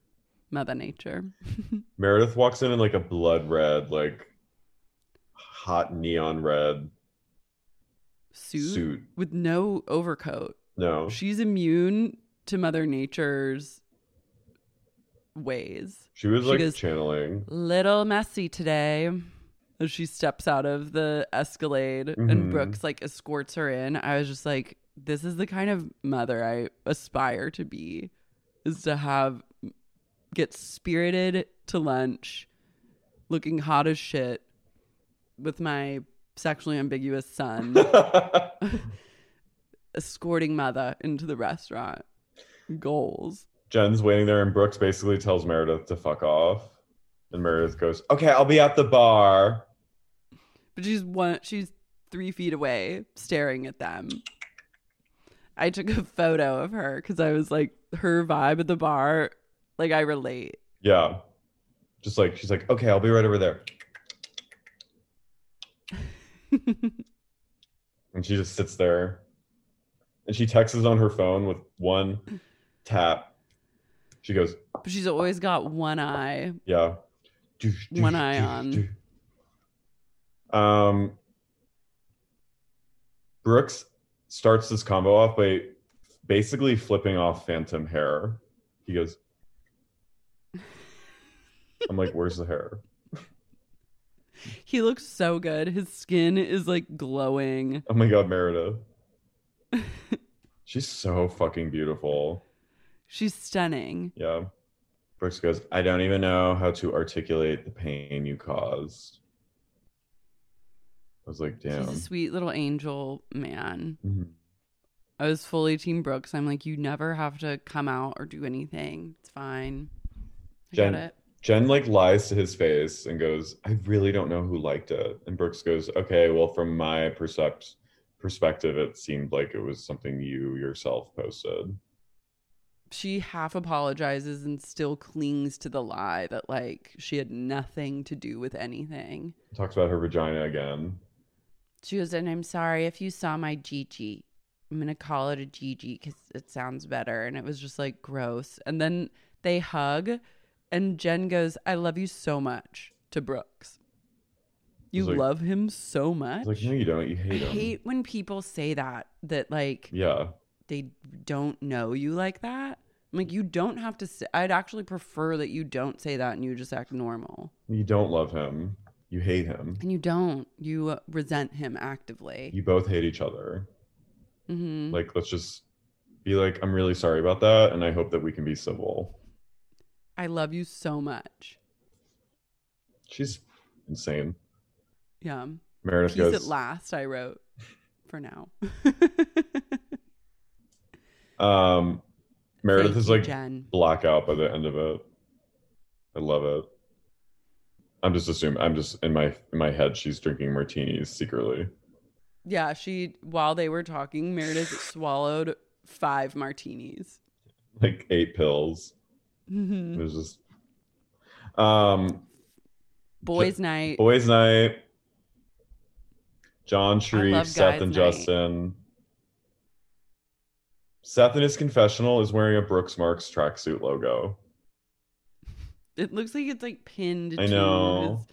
Mother Nature.
Meredith walks in in like a blood red, like hot neon red
Suit,
Suit.
with no overcoat.
No,
She's immune to Mother Nature's ways.
she was
she
like
goes-
channeling.
little messy today. As she steps out of the Escalade
Mhm.
and Brooks like escorts her in, I was just like, this is the kind of mother I aspire to be, is to have get spirited to lunch, looking hot as shit with my sexually ambiguous son, escorting mother into the restaurant. Goals.
Jen's waiting there, and Brooks basically tells Meredith to fuck off. And Meredith goes, "Okay, I'll be at the bar."
But she's one she's three feet away staring at them. I took a photo of her because I was like her vibe at the bar, like I relate.
Yeah, just like she's like, "Okay, I'll be right over there," and she just sits there, and she texts on her phone with one tap. She goes,
but she's always got one eye.
Yeah.
One eye on.
Um, Brooks starts this combo off by basically flipping off Phantom hair. He goes, I'm like, where's the hair?
He looks so good. His skin is like glowing.
Oh my God, Meredith. She's so fucking beautiful.
She's stunning.
Yeah. Brooks goes, I don't even know how to articulate the pain you caused. I was like, damn.
She's a sweet little angel man.
Mhm.
I was fully Team Brooks. I'm like, you never have to come out or do anything. It's fine. I
Jen,
got it.
Jen like lies to his face and goes, "I really don't know who liked it." And Brooks goes, "Okay, well, from my percept- perspective, it seemed like it was something you yourself posted."
she half apologizes and still clings to the lie that like she had nothing to do with anything.
Talks about her vagina again.
She goes, and I'm sorry if you saw my Gigi. I'm gonna call it a Gigi because it sounds better. And it was just like gross. And then they hug, and Jen goes, "I love you so much" to Brooks. You
He's like-
love him so much.
He's like, "No, you don't. You
I
hate him."
hate when people say that. That like
yeah,
they don't know you like that. I'm like, you don't have to say, I'd actually prefer that you don't say that and you just act normal.
you don't love him. You hate him.
And you don't. You uh, resent him actively.
You both hate each other.
hmm
Like, let's just be like, "I'm really sorry about that, and I hope that we can be civil."
I love you so much.
She's insane.
Yeah.
Meredith
Peace
goes,
at last, I wrote for now.
Um, Meredith
Thank
is
you,
like
Jen.
blackout by the end of it. I love it. I'm just assuming. I'm just in my in my head. She's drinking martinis secretly.
Yeah, she, while they were talking, Meredith swallowed five martinis.
Like eight pills.
Mhm.
It was just. Um,
Boys' night.
boys' night. John, Sharif,
love
Seth,
guys'
and
night.
Justin. Seth in his confessional is wearing a Brooks Marks tracksuit logo.
It looks like it's like pinned.
I
to
know.
his-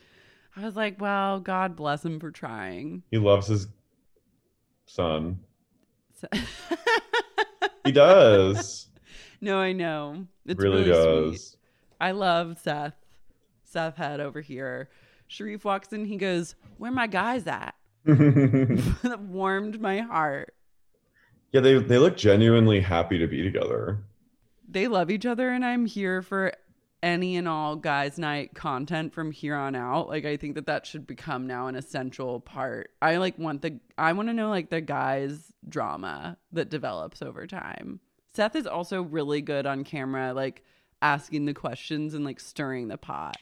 I was like, well, God bless him for trying.
He loves his son.
So-
He does.
no, I know. It's
really,
really,
does.
Sweet. I love Seth. Seth head over here. Sharif walks in. He goes, "Where my guys at?" that warmed my heart.
Yeah, they they look genuinely happy to be together.
They love each other, and I'm here for any and all guys night content from here on out like i think that that should become now an essential part i like want the i want to know like the guys drama that develops over time seth is also really good on camera like asking the questions and like stirring the pot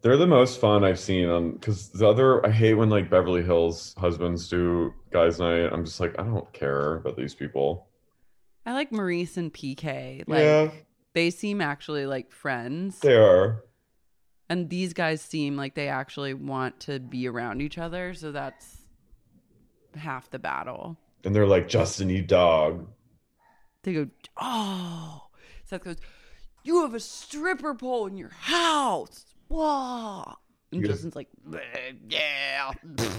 They're the most fun I've seen on because the other I hate when like Beverly Hills husbands do guys' night. I'm just like I don't care about these people.
i like maurice and pk like
yeah,
they seem actually like friends
they are.
and these guys seem like they actually want to be around each other so that's half the battle
And they're like Justin, you dog.
they go oh seth goes you have a stripper pole in your house Whoa. and
You guys-
justin's like "Bleh, yeah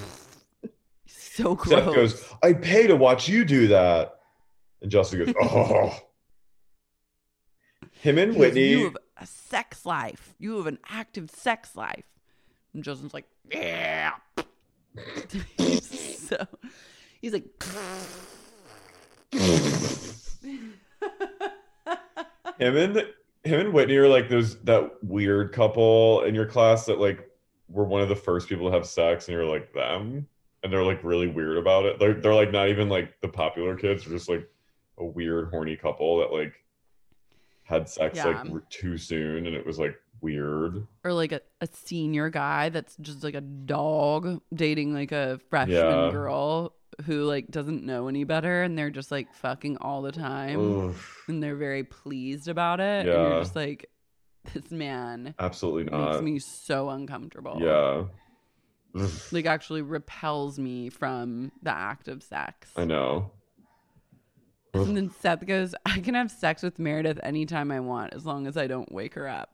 so gross
Seth goes, I pay to watch you do that. And Justin goes, Oh. Him and
He goes,
Whitney.
you have a sex life you have an active sex life and justin's like yeah so he's like
him and him and Whitney are like those that weird couple in your class that like were one of the first people to have sex, and you're like them, and they're like really weird about it. They're they're like not even like the popular kids. They're just like a weird horny couple that like had sex
Yeah.
like like too soon, and it was like weird.
or like a, a senior guy that's just like a dog dating like a freshman
Yeah.
girl who like doesn't know any better and they're just like fucking all the time
Oof.
and they're very pleased about it and
Yeah.
you're just like this man
Absolutely
makes
not.
me so uncomfortable
yeah, Ugh,
like actually repels me from the act of sex
I know.
and then seth goes i can have sex with meredith anytime i want as long as i don't wake her up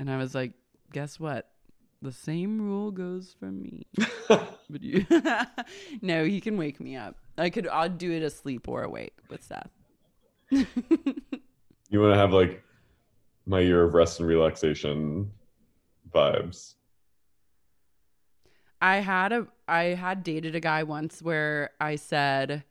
and i was like guess what the same rule goes for me But you, no, he can wake me up. I could, I'll do it asleep or awake with Seth.
You want to have like my year of rest and relaxation vibes.
I had a, I had dated a guy once where I said,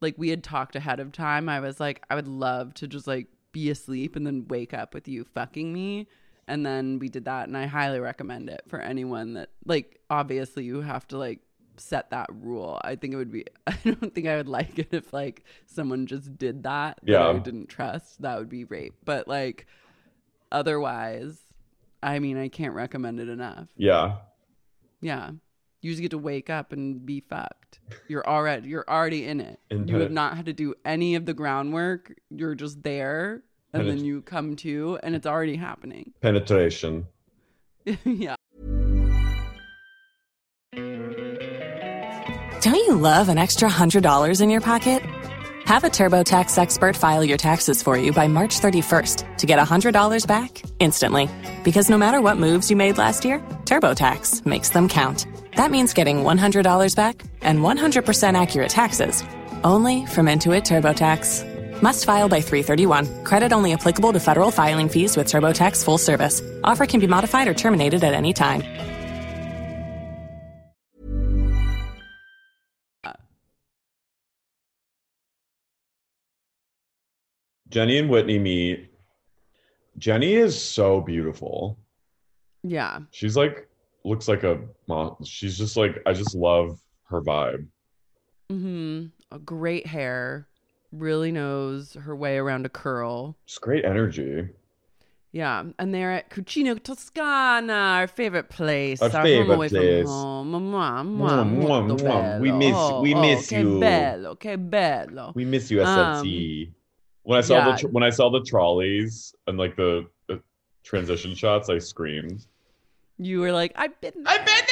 like, we had talked ahead of time. I was like, I would love to just like be asleep and then wake up with you fucking me. And then we did that. And I highly recommend it for anyone that, like, obviously you have to like set that rule. I think it would be, I don't think I would like it if like someone just did that. That I
Yeah.
didn't trust. That would be rape. But like, otherwise, I mean, I can't recommend it enough.
Yeah.
Yeah. You just get to wake up and be fucked. You're already you're already in it.
And
you have
penet-
not had to do any of the groundwork. You're just there and
Penet-
then you come to and it's already happening.
Penetration.
yeah.
Don't you love an extra $100 in your pocket? Have a TurboTax expert file your taxes for you by March 31st to get $100 back instantly. Because no matter what moves you made last year, TurboTax makes them count. That means getting $100 back and 100% accurate taxes only from Intuit TurboTax. Must file by 331. Credit only applicable to federal filing fees with TurboTax full service. Offer can be modified or terminated at any time.
Jenny and Whitney meet. Jenny is so beautiful.
Yeah.
She's like looks like a mom. She's just like I just love her vibe.
Mhm. A great hair. Really knows her way around a curl.
Just great energy.
Yeah, and they're at Cucino Toscana, our favorite place.
Our
home
favorite
away
place.
From home. Mwah, mwah,
Mwah, mwah,
molto
mwah. We
bello.
miss- we miss
che
you.
bello, che bello.
We miss you, SLT. when I saw
Um, yeah.
the tr- when I saw the trolleys and like the, the transition shots, I screamed.
You were like, I've been there. I've been there.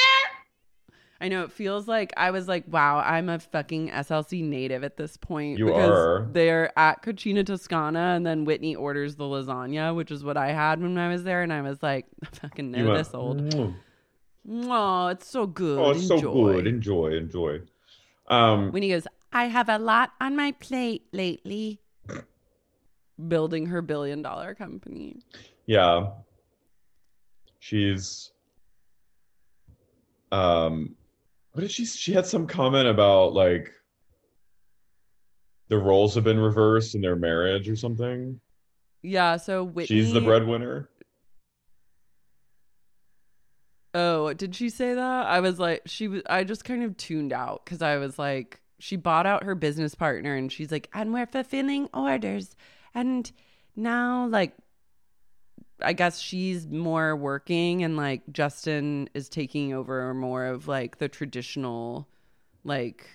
I know it feels like I was like, wow, I'm a fucking SLC native at this point.
You
because
are.
They're at Cucina Toscana, and then Whitney orders the lasagna, which is what I had when I was there. And I was like, I fucking know
You went,
this old.
"Mwah."
Oh, it's so good.
Oh, it's
Enjoy.
so good. Enjoy, enjoy. Um,
When he goes, I have a lot on my plate lately. Building her billion dollar company.
Yeah. She's um what did she she had some comment about like the roles have been reversed in their marriage or something.
Yeah, so Whitney.
She's the breadwinner.
Oh, did she say that? I was like, she was. I just kind of tuned out because I was like, she bought out her business partner, and she's like, and we're fulfilling orders, and now like, I guess she's more working, and like Justin is taking over more of like the traditional, like,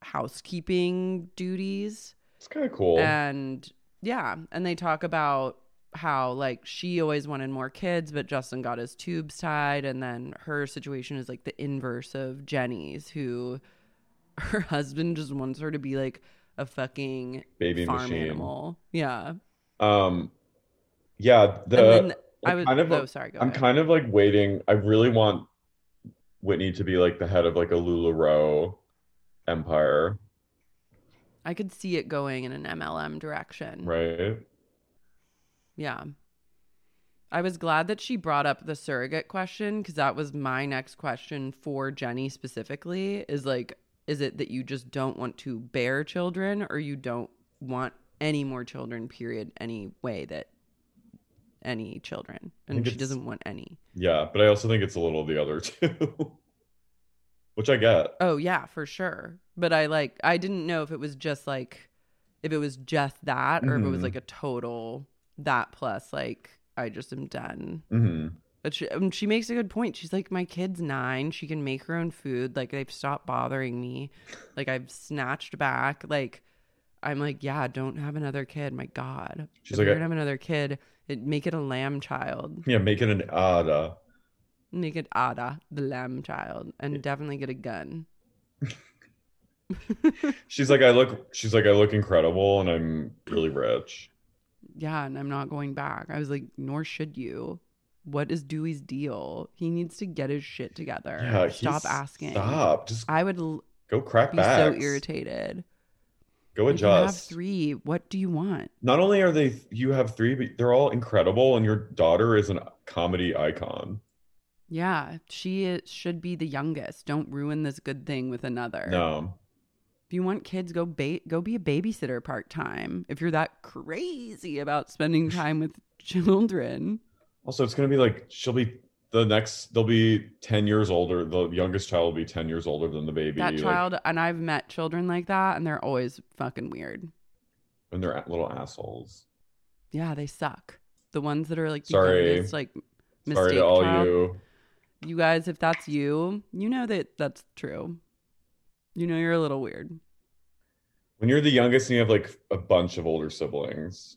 housekeeping duties.
It's kind of cool.
Uh, And yeah, and they talk about how like she always wanted more kids, but Justin got his tubes tied, and then her situation is like the inverse of Jenny's, who her husband just wants her to be like a fucking
Baby
farm
machine.
animal. Yeah.
Um, yeah. The
and then I
I'm
was
kind of
oh
a-
sorry, go
I'm
ahead.
kind of like waiting. I really want Whitney to be like the head of like a Lularoe empire,
I could see it going in an MLM direction.
right?
Yeah. I was glad that she brought up the surrogate question because that was my next question for Jenny specifically is like, is it that you just don't want to bear children or you don't want any more children, period, any way that any children? And
think
she
it's-
doesn't want any.
Yeah, but I also think it's a little of the other two, which I get.
Oh, yeah, for sure. But I like, I didn't know if it was just like, if it was just that or if it was
Mhm.
like a total that plus, like, I just am done.
hmm
But she, um, she makes a good point. She's like, my kid's nine. She can make her own food. Like, they've stopped bothering me. Like, I've snatched back. Like, I'm like, yeah, don't have another kid. My God.
She's
if
like,
you're
I-
going to have another kid, it, make it a lamb child.
Yeah, make it an uh, Ada.
Make it Ada, the lamb child, and definitely get a gun.
She's like, I look. She's like, I look incredible, and I'm really rich.
Yeah, and I'm not going back. I was like, nor should you. What is Dewey's deal? He needs to get his shit together.
Yeah,
stop
he's-
asking.
Stop. Just
I would l-
go crack
be
back.
so irritated.
Go
Like, you have
adjust.
three. What do you want?
Not only are they you have three, but they're all incredible, and your daughter is a comedy icon.
Yeah, she is, should be the youngest. Don't ruin this good thing with another.
No,
If you want kids, go ba- go be a babysitter part time. If you're that crazy about spending time with children,
Also, it's gonna be like she'll be the next. They'll be ten years older. The youngest child will be ten years older than the baby.
that
like,
child and I've met children like that, and they're always fucking weird.
and they're a- little assholes.
Yeah, they suck. The ones that are like the
Sorry.
youngest, like mistake
Sorry to all
child.
you.
You guys, if that's you, you know that that's true. You know you're a little weird.
When you're the youngest and you have like a bunch of older siblings,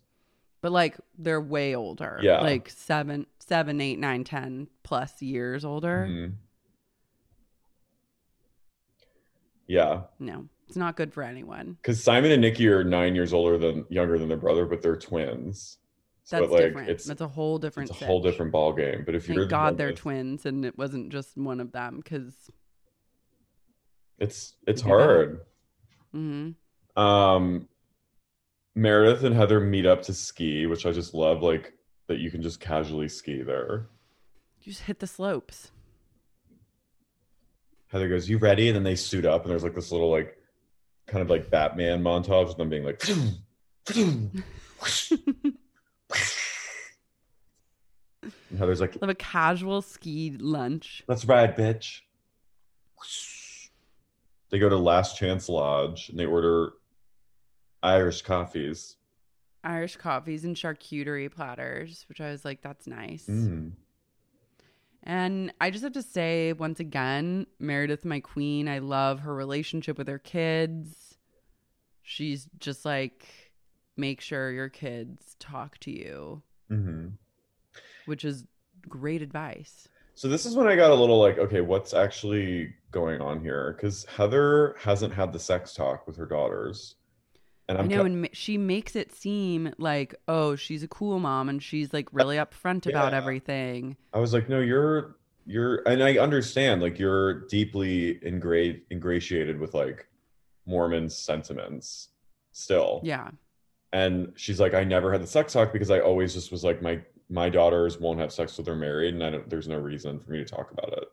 but like they're way older
Yeah.
like seven seven eight nine ten plus years older
Mhm. yeah,
no it's not good for anyone
because Simon and Nikki are nine years older than younger than their brother, but they're twins.
that's
but like
different
it's
that's a whole different
it's a whole
sitch.
different ball game. But if you're
thank
the
god they're
youngest,
twins and it wasn't just one of them because
It's it's
You do better.
hard.
mm-hmm,
um meredith and heather meet up to ski which i just love like that you can just casually ski there
you just hit the slopes
heather goes you ready and then they suit up and there's like this little like kind of like batman montage of them being like and heather's like
have a casual ski lunch
let's ride bitch they go to last chance lodge and they order irish coffees
irish coffees and charcuterie platters which i was like that's nice
Mm.
And I just have to say once again, Meredith, my queen, I love her relationship with her kids. She's just like, make sure your kids talk to you,
hmm
which is great advice.
So this is when I got a little like, okay, what's actually going on here? Because Heather hasn't had the sex talk with her daughters, and
i
I'm
know,
ki-
and ma- she makes it seem like, oh, she's a cool mom and she's like really upfront about
Yeah.
everything.
I was like, no, you're you're, and I understand like you're deeply ingra- ingratiated with like Mormon sentiments still,
Yeah.
And she's like, I never had the sex talk because I always just was like, my my daughters won't have sex till they're married, and I don't, there's no reason for me to talk about it.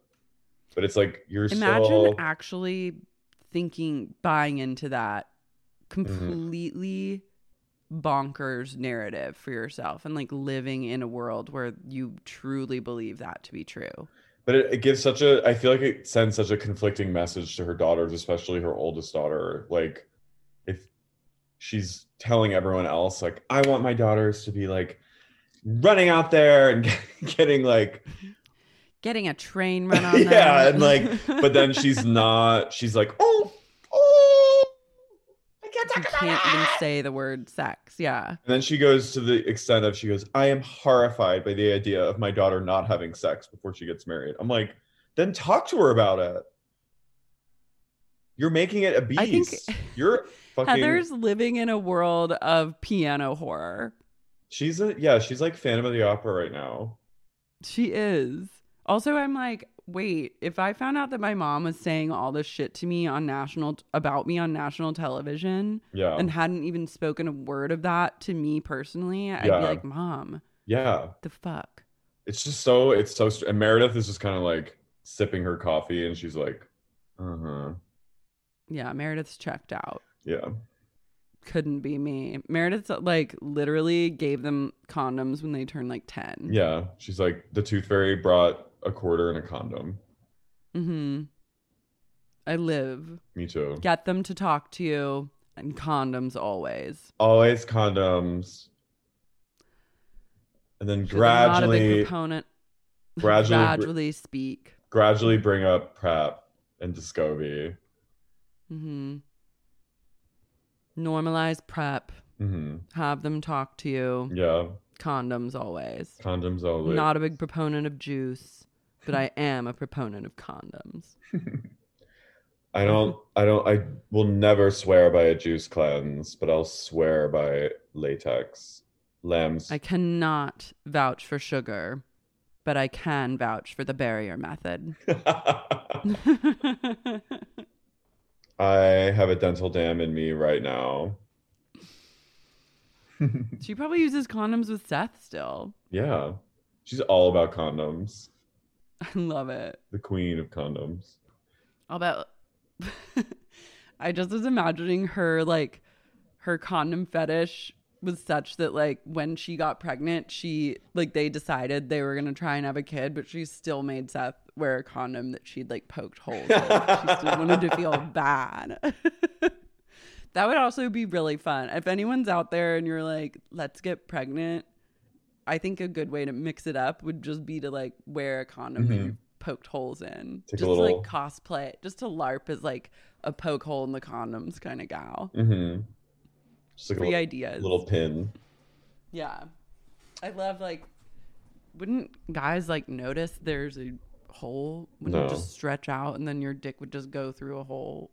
But it's like you're
Imagine
still Mm-hmm.
actually thinking, buying into that completely bonkers narrative for yourself and like living in a world where you truly believe that to be true.
But it, it gives such a, I feel like it sends such a conflicting message to her daughters, especially her oldest daughter. Like, if she's telling everyone else, like, I want my daughters to be like running out there and getting like,
Getting a train run on
yeah,
them.
and like, but then she's not, she's like, oh, oh, I can't
you
talk about
can't even
it."
say the word sex. Yeah.
And then she goes to the extent of she goes, I am horrified by the idea of my daughter not having sex before she gets married. I'm like, then talk to her about it. You're making it a
I think-
beast. You're fucking.
Heather's living in a world of piano horror.
she's a yeah. She's like Phantom of the Opera right now.
She is. Also, I'm like, wait, if I found out that my mom was saying all this shit to me on national about me on national television
Yeah,
and hadn't even spoken a word of that to me personally, I'd
Yeah.
be like, Mom,
yeah.
the fuck?
It's just so. It's so. str- And Meredith is just kind of like sipping her coffee, and she's like, uh huh,
Yeah, Meredith's checked out.
yeah.
Mm-hmm. Couldn't be me. Meredith's like literally gave them condoms when they turned like 10.
Yeah, she's like the tooth fairy brought a quarter and a condom.
Mm-hmm. I live.
Me too.
Get them to talk to you and condoms always.
Always condoms. And then
'Cause I'm not a big
gradually
proponent.
gradually br-
gradually speak.
gradually bring up prep and discovery.
hmm Normalize prep.
hmm
Have them talk to you.
Yeah,
Condoms always.
condoms only.
Not a big proponent of juice, but I am a proponent of condoms.
I don't I don't I will never swear by a juice cleanse, but I'll swear by latex. Lambs.
I cannot vouch for sugar, but I can vouch for the barrier method.
I have a dental dam in me right now.
she probably uses condoms with Seth still.
Yeah. She's all about condoms.
I love it.
The queen of condoms.
I'll bet. I just was imagining her like her condom fetish was such that like when she got pregnant, she like they decided they were gonna try and have a kid, but she still made Seth wear a condom that she'd like poked holes. In. She still wanted to feel bad. that would also be really fun. If anyone's out there and you're like, let's get pregnant, I think a good way to mix it up would just be to like wear a condom that you poked holes in.
Take a
just to, like
little-
cosplay, just to LARP as like a poke hole in the condoms kind of gal.
Mm-hmm. Just like a
Free
little,
ideas.
little pin.
Yeah. I love like wouldn't guys like notice there's a hole? Wouldn't it
No.
just stretch out and then your dick would just go through a hole?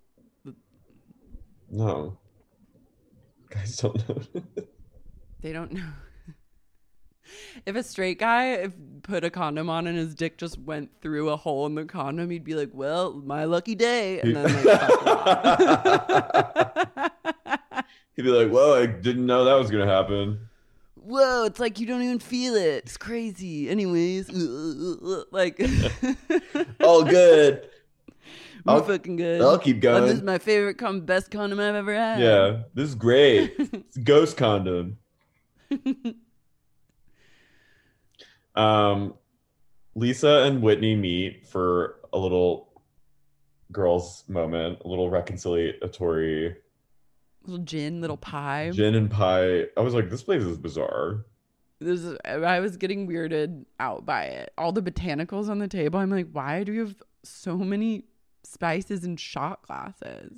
No. Guys don't know.
They don't know. if a straight guy if, put a condom on and his dick just went through a hole in the condom, he'd be like, "Well, my lucky day," and then like, fuck off.
He'd be like, "Well, I didn't know that was gonna happen."
whoa, it's like you don't even feel it. It's crazy. Anyways, like,
All good.
i
I'll-
fucking good.
I'll keep going.
Oh, this is my favorite, con- best condom I've ever had.
yeah, this is great. It's a ghost condom. um, Lisa and Whitney meet for a little girls' moment, a little reconciliatory
Little gin, little pie.
gin and pie. I was like, "This place is bizarre."
This is, I was getting weirded out by it. All the botanicals on the table. I'm like, why do you have so many spices and shot glasses?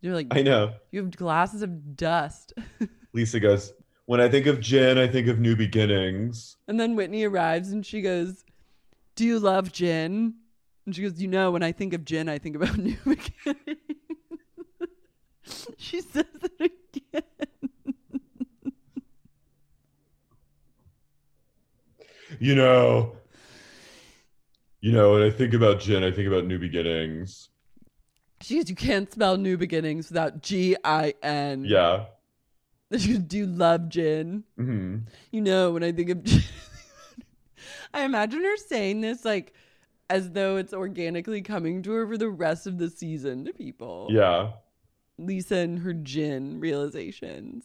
You're like,
I know.
you have glasses of dust.
Lisa goes, When I think of gin, I think of new beginnings.
and then Whitney arrives and she goes, Do you love gin? And she goes, You know, when I think of gin, I think about New Beginnings. she says it again.
You know, you know, when I think about gin, I think about new beginnings.
She goes, You can't spell New Beginnings without G I N.
Yeah.
She goes, Do you love gin?
hmm
you know, when I think of, I imagine her saying this like as though it's organically coming to her for the rest of the season to people.
Yeah.
Lisa and her gin realizations.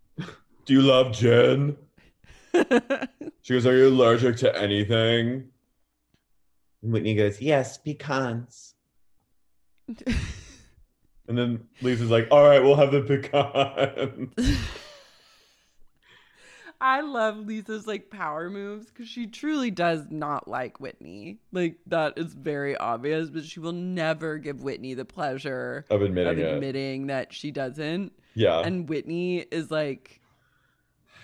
Do you love gin? She goes, Are you allergic to anything?
And Whitney goes, Yes, pecans.
And then Lisa's like, All right, we'll have the pecan.
I love Lisa's like power moves because she truly does not like Whitney. Like that is very obvious, but she will never give Whitney the pleasure
Of admitting
of
it.
admitting that she doesn't.
yeah.
And Whitney is like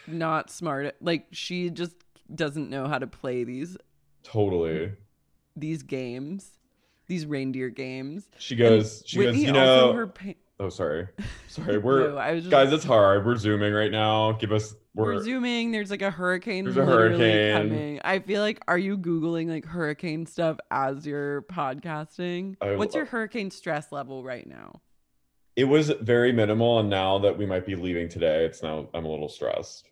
not smart. Like she just doesn't know how to play these
totally.
these games, these reindeer games.
She goes, she
Whitney
goes, you
also
know.
her pa-
oh, sorry. Sorry. We're
No, I was just-
guys, it's hard. We're zooming right now. Give us
we're,
we're,
zooming. There's like a hurricane
There's a
literally
hurricane.
coming. I feel like are you googling like hurricane stuff as you're podcasting?
I
What's
lo-
your hurricane stress level right now?
it was very minimal, and now that we might be leaving today, it's now I'm a little stressed.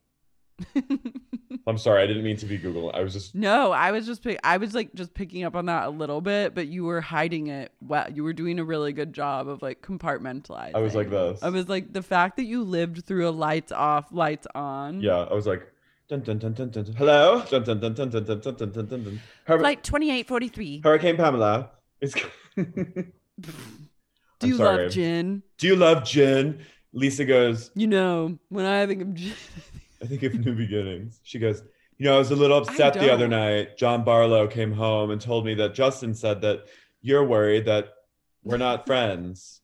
I'm sorry, I didn't mean to be Googling. I was just
no, I was just pick- I was like just picking up on that a little bit, but you were hiding it. Well, you were doing a really good job of like compartmentalizing.
I was like this.
I was like the fact that you lived through a lights off, lights on.
yeah, I was like dun dun dun dun dun. dun. Hello? Dun dun dun dun dun dun dun dun dun dun dun. Hur-
Flight 2843.
Hurricane Pamela. It's
Do
I'm
you
sorry.
love gin?
Do you love gin? Lisa goes,
You know, when I think of gin.
I think of New Beginnings. She goes, You know, I was a little upset the
don't.
other night. John Barlow came home and told me that Justin said that you're worried that we're not friends.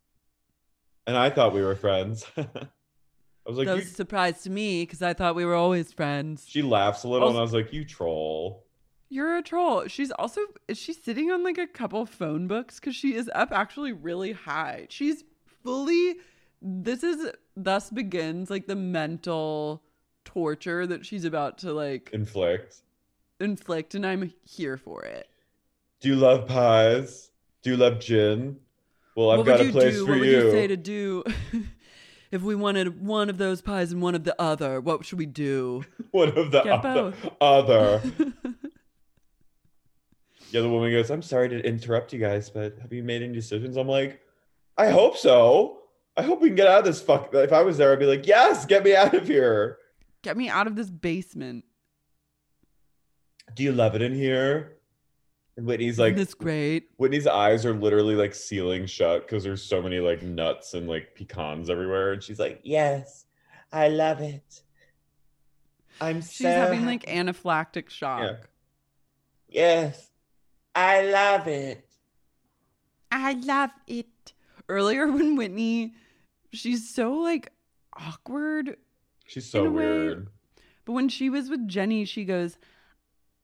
And I thought we were friends. I was like,
that
you-
was a surprise to me because I thought we were always friends.
She laughs a little and
Also-
I was like, You troll.
You're a troll. She's also is she sitting on like a couple phone books because she is up actually really high. She's fully. This is thus begins like the mental torture that she's about to like
Inflict.
inflict, and I'm here for it.
Do you love pies? Do you love gin? Well, I've
what
got
would
a
you
place
do?
for
what
you.
would you say to do? If we wanted one of those pies and one of the other, what should we do?
One of the
Get
other,
both.
other. The other woman goes, I'm sorry to interrupt you guys, but have you made any decisions? I'm like, I hope so. I hope we can get out of this fuck. If I was there, I'd be like, yes, get me out of here.
Get me out of this basement.
Do you love it in here? And Whitney's like,
this great.
Whitney's eyes are literally like sealing shut because there's so many like nuts and like pecans everywhere. And she's like,
Yes, I love it. I'm
She's
so
having like
happy.
anaphylactic shock.
Yeah.
Yes, I love it.
I love it. Earlier when Whitney, she's so like awkward,
she's so
In a way-
weird.
but when she was with Jenny, she goes,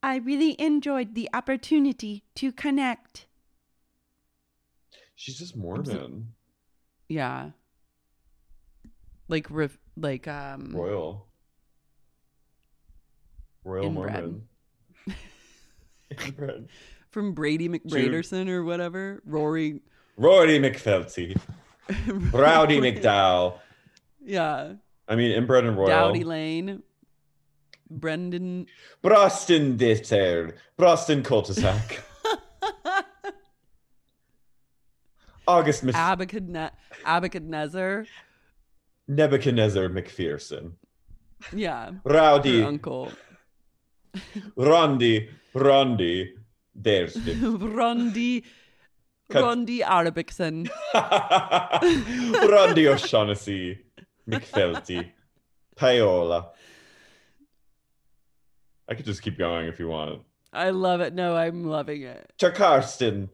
"I really enjoyed the opportunity to connect."
She's just Mormon,
Yeah. Like ref- like um
royal, royal
Inbred.
Mormon. Inbred.
from Brady McBraderson or whatever, Rory
Rory McFelty, Rowdy McDowell.
Yeah.
I mean, inbred and royal.
Dowdy Lane. Brendan
Boston Ditter, Boston Cul-de-sac. August Mis-
Abacadne- Abacadnezar.
Nebuchadnezzar McPherson,
Yeah.
Rowdy
Her uncle.
Rondi, Rondi, there's the
Rondi
Cut.
Rondi Arabicson.
Rondi O'Shaughnessy, McFelty, Paola. I could just keep going if you want.
I love it. No, I'm loving it.
To Karsten,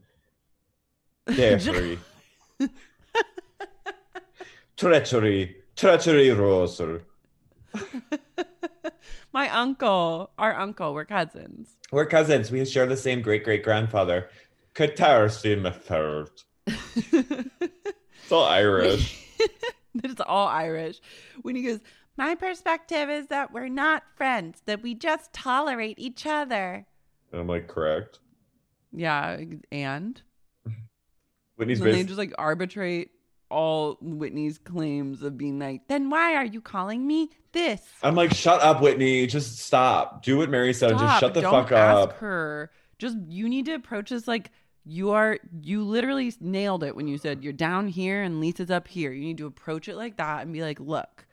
Jeffrey, Treachery, Treachery Roser.
My uncle, our uncle, we're cousins.
We're cousins. We share the same great great grandfather. Katarsi Method. It's all Irish.
it's all Irish. When he goes, My perspective is that we're not friends, that we just tolerate each other.
And I'm like, correct.
Yeah, and
Whitney's
then they
basically
just like arbitrate all Whitney's claims of being like, then why are you calling me this?
I'm like, shut up, Whitney. Just stop. Do what Mary said. and Just
Stop.
shut the
Don't
fuck
ask
up.
her. Just you need to approach this like you are. You literally nailed it when you said you're down here and Lisa's up here. You need to approach it like that and be like, look,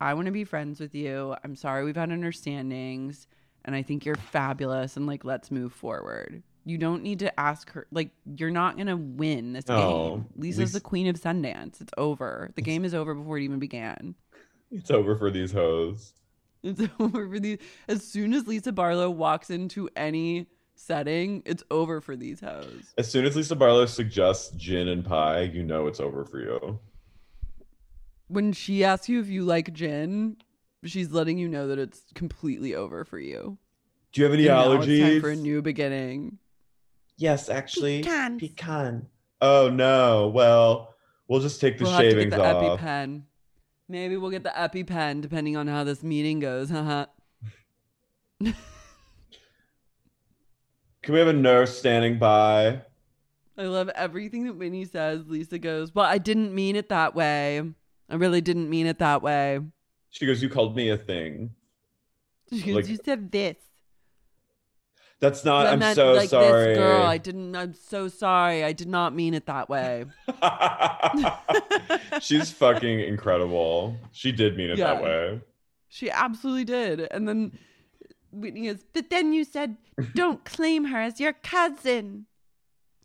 I want to be friends with you. I'm sorry we've had understandings and I think you're fabulous and like let's move forward. You don't need to ask her like you're not going to win this
No.
game. Lisa's
Lis-
the queen of Sundance. It's over. The game is over before it even began.
It's over for these hoes.
It's over for these as soon as Lisa Barlow walks into any setting, it's over for these hoes.
As soon as Lisa Barlow suggests gin and pie, you know it's over for you.
when she asks you if you like gin, she's letting you know that it's completely over for you.
Do you have any
And now it's time
allergies?
for a new beginning.
Yes, actually.
Pecans.
Pecan.
oh no. Well, we'll just take the
we'll
shavings
have to get the
off.
EpiPen. Maybe we'll get the EpiPen depending on how this meeting goes. Haha.
Can we have a nurse standing by?
I love everything that Winnie says. Lisa goes, "Well, I didn't mean it that way. I really didn't mean it that way."
She goes, You called me a thing.
She goes,
Like-
"You said this."
That's not
I
I'm
meant,
so
like
sorry.
This girl, I didn't. I'm so sorry. I did not mean it that way.
She's fucking incredible. She did mean it
Yeah.
that way.
She absolutely did. And then Whitney is, but then you said, don't claim her as your cousin.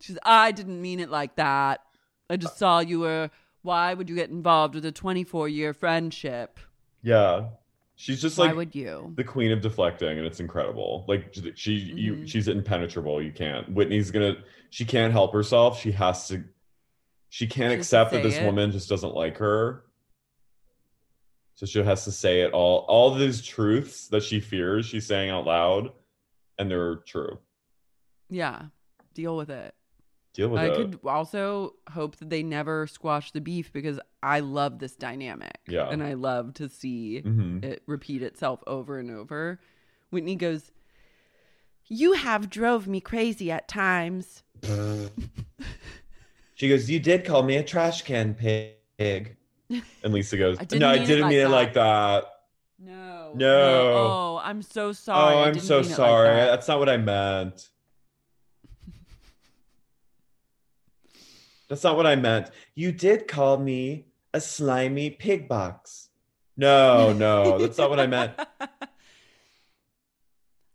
She's, I didn't mean it like that. I just saw you were, why would you get involved with a 24 year friendship?
Yeah. She's just
why
like
would you?
the queen of deflecting and it's incredible. Like she you
Mhm.
she's impenetrable. You can't. Whitney's going to she can't help herself. She has to she can't
She has to
accept that
say
this
it.
woman just doesn't like her. So she has to say it all all these truths that she fears she's saying out loud and they're true.
yeah. Deal with it.
Deal with
I
it.
could also hope that they never squash the beef because I love this dynamic.
Yeah.
And I love to see
Mhm.
it repeat itself over and over. Whitney goes, You have drove me crazy at times.
Uh,
She goes, You did call me a trash can pig.
And Lisa goes,
I didn't
No, I
mean it
didn't
like
mean it
that."
like that.
No.
No.
Oh, I'm so sorry.
oh,
I
I'm
didn't
so
mean it like
sorry.
that."
That's not what I meant. That's not what I meant.
You did call me a slimy pig box.
No, no, oh, that's not what I meant.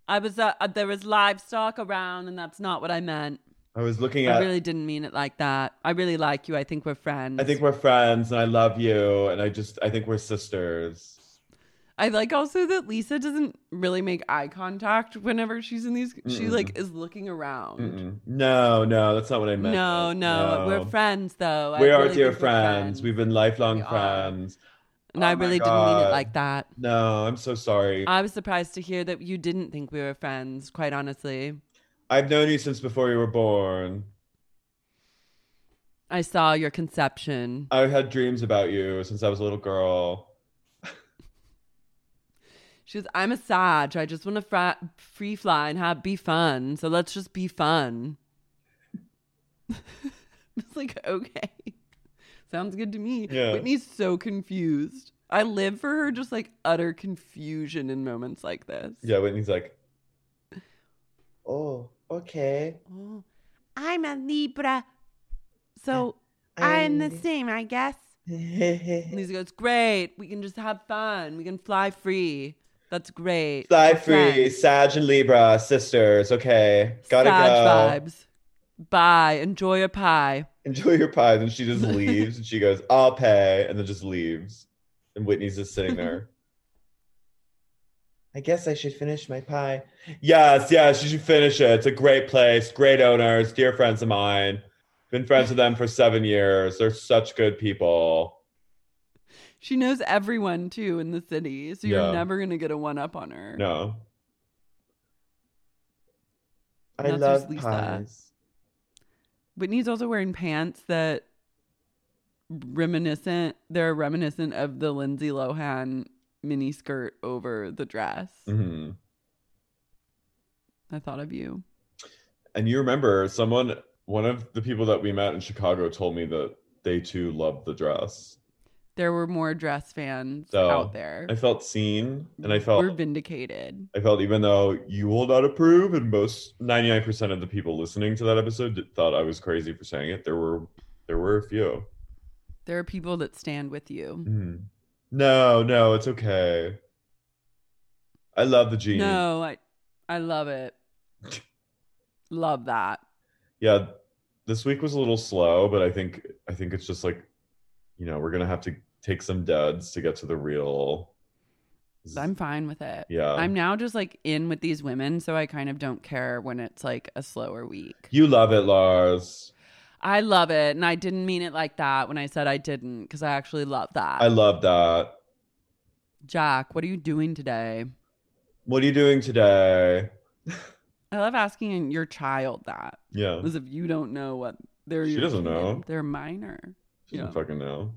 I was, uh, uh, there was livestock around, and that's not what I meant.
I was looking at.
I really didn't mean it like that. I really like you. I think we're friends.
I think we're friends, and I love you, and I just, I think we're sisters.
I like also that Lisa doesn't really make eye contact whenever she's in these. She
Mm-mm.
like is looking around.
Mm-mm. No, no, that's not what I meant.
No, no, we're
No.
friends though. I
We are
really
dear
think we're
friends. We've been lifelong
We are.
friends.
and
Oh
I
my
really didn't mean it
God.
like that.
No, I'm so sorry.
I was surprised to hear that you didn't think we were friends. Quite honestly,
I've known you since before you were born.
I saw your conception.
I've had dreams about you since I was a little girl.
She was, I'm a Sag. I just want to fra- free fly and have be fun. So let's just be fun. it's like, okay. Sounds good to me.
Yeah.
Whitney's so confused. I live for her just like utter confusion in moments like this.
Yeah, Whitney's like,
Oh, okay.
Oh, I'm a Libra. So
I'm the
same, I guess. And Lisa goes, Great. We can just have fun. We can fly free. That's great.
Fly
We're
free,
friends."
Sag and Libra, sisters. Okay, gotta
Sag
go.
vibes. Bye. Enjoy your pie.
Enjoy your pies. And she just leaves and she goes, I'll pay. And then just leaves. And Whitney's just sitting there.
I guess I should finish my pie.
yes, yes, you should finish it. It's a great place, great owners, dear friends of mine. Been friends with them for seven years. They're such good people.
She knows everyone too in the city, so you're
Yeah.
never gonna get a one up on her.
No.
I
That's
love
just Lisa.
pies.
Whitney's also wearing pants that reminiscent. They're reminiscent of the Lindsay Lohan mini skirt over the dress.
hmm Mm-hmm.
I thought of you.
And you remember someone, one of the people that we met in Chicago told me that they too loved the dress.
There were more dress fans
So,
out there.
I felt seen and I felt
we're vindicated.
I felt even though you will not approve, and most ninety nine percent of the people listening to that episode did- thought I was crazy for saying it. There were there were a few.
There are people that stand with you.
Mhm. No, no, it's okay. I love the genie.
No, I I love it. love that.
Yeah, this week was a little slow, but I think I think it's just like, you know, we're gonna have to take some duds to get to the real.
I'm fine with it.
Yeah.
I'm now just like in with these women, so I kind of don't care when it's like a slower week.
You love it, Lars.
I love it. And I didn't mean it like that when I said I didn't, because I actually love that.
I love that.
Jack, what are you doing today?
What are you doing today?
I love asking your child that.
Yeah,
As if you don't know what they're
She
your
doesn't
kid.
know.
They're minor.
she doesn't
Yeah.
fucking know.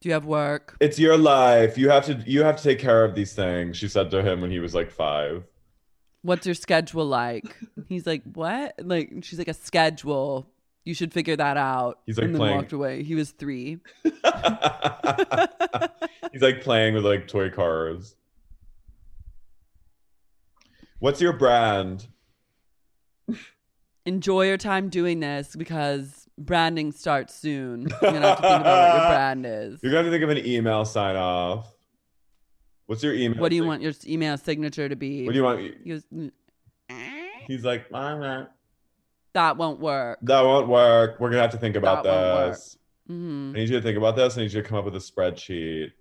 Do you have work?
It's your life. You have to you have to take care of these things. She said to him when he was like five.
What's your schedule like? He's like, What? Like she's like a schedule. You should figure that out.
He's, like,
and then
playing-
walked away. He was three.
He's like playing with like toy cars. What's your brand?
enjoy your time doing this because branding starts soon. You're gonna have to think about what your brand is.
You're gonna have to think of an email sign off. What's your email?
What do you
sig-
want your email signature to be?
What do you want?
He goes, "Mm,
He's like, "Mom, uh,
that won't work.
that won't work. We're gonna have to think about
That won't work.
this. I
Mhm.
need you to think about this. I need you to come up with a spreadsheet.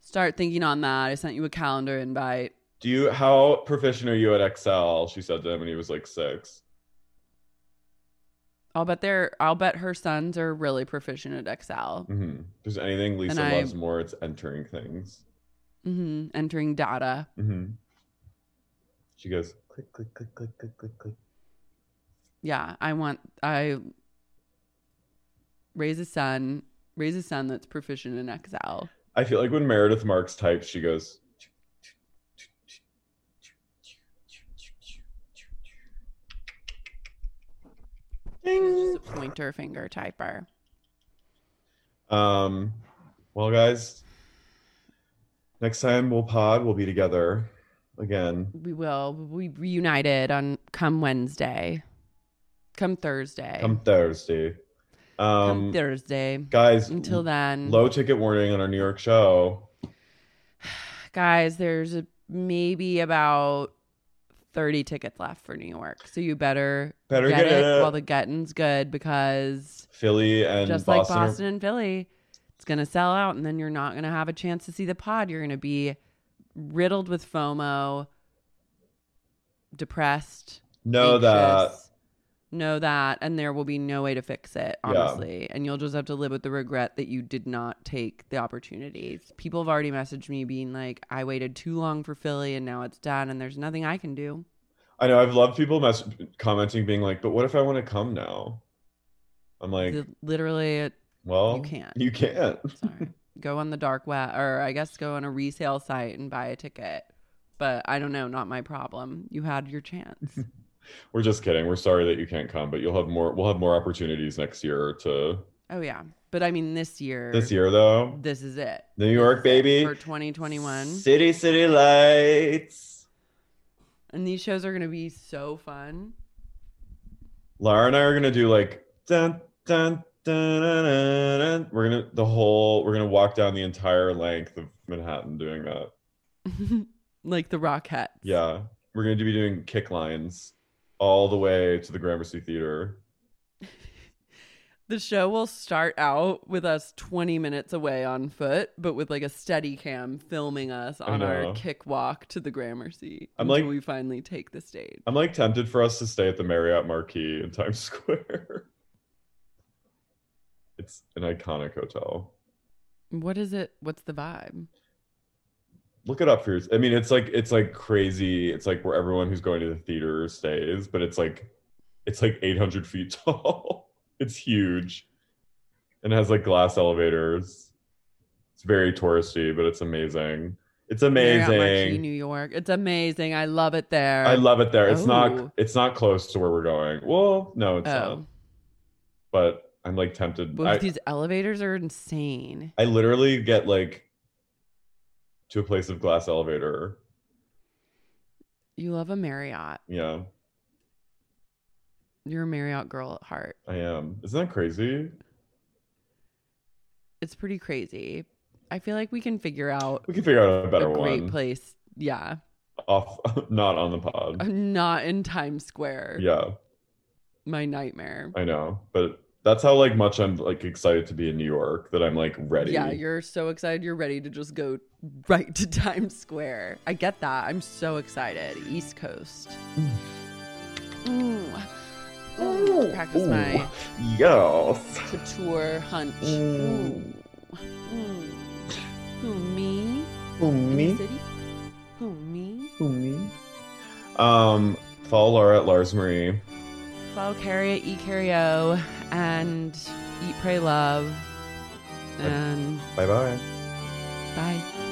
Start thinking on that. I sent you a calendar invite.
Do you? How proficient are you at Excel? She said to him, and he was like six.
I'll bet they're. I'll bet her sons are really proficient at Excel.
hmm If there's anything Lisa
I-
loves more, it's entering things. Mm.
hmm Entering data.
hmm She goes click, click, click, click, click, click, click.
Yeah, I want. I raise a son. Raise a son that's proficient in Excel.
I feel like when Meredith Marks types, she goes.
She's a pointer finger typer.
Um, well, guys, next time we'll pod, we'll be together again.
We will. We reunited on come Wednesday, come Thursday,
Come Thursday.
Come
Um, mm,
Thursday.
guys,
Until then,
low ticket warning on our New York show.
guys, there's a, maybe about thirty tickets left for New York, so you better
Better get it.
while the getting's good because
Philly and
just
Boston.
like
are-
Boston and Philly, it's gonna sell out, and then you're not gonna have a chance to see the pod. You're gonna be riddled with FOMO, depressed.
know that.
anxious, know that and there will be no way to fix it
Yeah.
honestly and you'll just have to live with the regret that you did not take the opportunities people have already messaged me being like i waited too long for philly and now it's done and there's nothing i can do
I know. I've loved people mess- commenting, being like, "But what if I want to come now?" I'm like,
Li- literally it-
"Well,
can't.
You can't."
sorry go on the dark web or i guess go on a resale site and buy a ticket but i don't know not my problem you had your chance
We're just kidding. We're sorry that you can't come, but you'll have more. We'll have more opportunities next year to
oh yeah but i mean this year
this year, though.
this is it
New York, baby.
for 2021
City, city lights.
And these shows are going to be so fun.
Laura and I are gonna do like dun dun dun dun dun. dun. We're gonna the whole. We're gonna walk down the entire length of Manhattan doing that.
like the Rockettes.
Yeah, we're going to be doing kick lines all the way to the Gramercy Theater.
The show will start out with us 20 minutes away on foot, but with like a steady cam filming us
I
on
know.
our kick walk to the Gramercy
I'm
until
like-
we finally take the stage.
I'm like tempted for us to stay at the Marriott Marquis in Times Square. it's an iconic hotel.
What is it? What's the vibe?
Look it up for yours. I mean, it's like it's like crazy. It's like where everyone who's going to the theater stays, but it's like it's like 800 feet tall. it's huge, and it has like glass elevators. It's very touristy, but it's amazing. It's
Marriott
amazing.
Marquis, New York. It's amazing. I love it there.
I love it there. It's
Oh.
not it's not close to where we're going. Well, no, it's not.
Oh,
But I'm like tempted.
both
I,
these elevators are insane.
I literally get like to a place of glass elevator.
You love a Marriott.
Yeah,
You're a Marriott girl at heart.
I am. Isn't that crazy?
It's pretty crazy. I feel like we can figure out
We can figure out a better
a great
one.
place. Yeah.
Off, not on the pod.
I'm not in Times Square.
Yeah,
My nightmare.
I know, but that's how like much I'm like excited to be in New York that I'm like ready.
Yeah, you're so excited. You're ready to just go right to Times Square. I get that. I'm so excited. East Coast. Mm. Ooh, Practice my
Yes.
couture hunch.
Mm.
Ooh. Mm. Who me?
Who
In the
me?
city? Who me?
Who me? Um, follow Laura at Lars Marie.
Follow Carrie at E Carrie O and Eat Pray Love. And
Bye bye.
bye.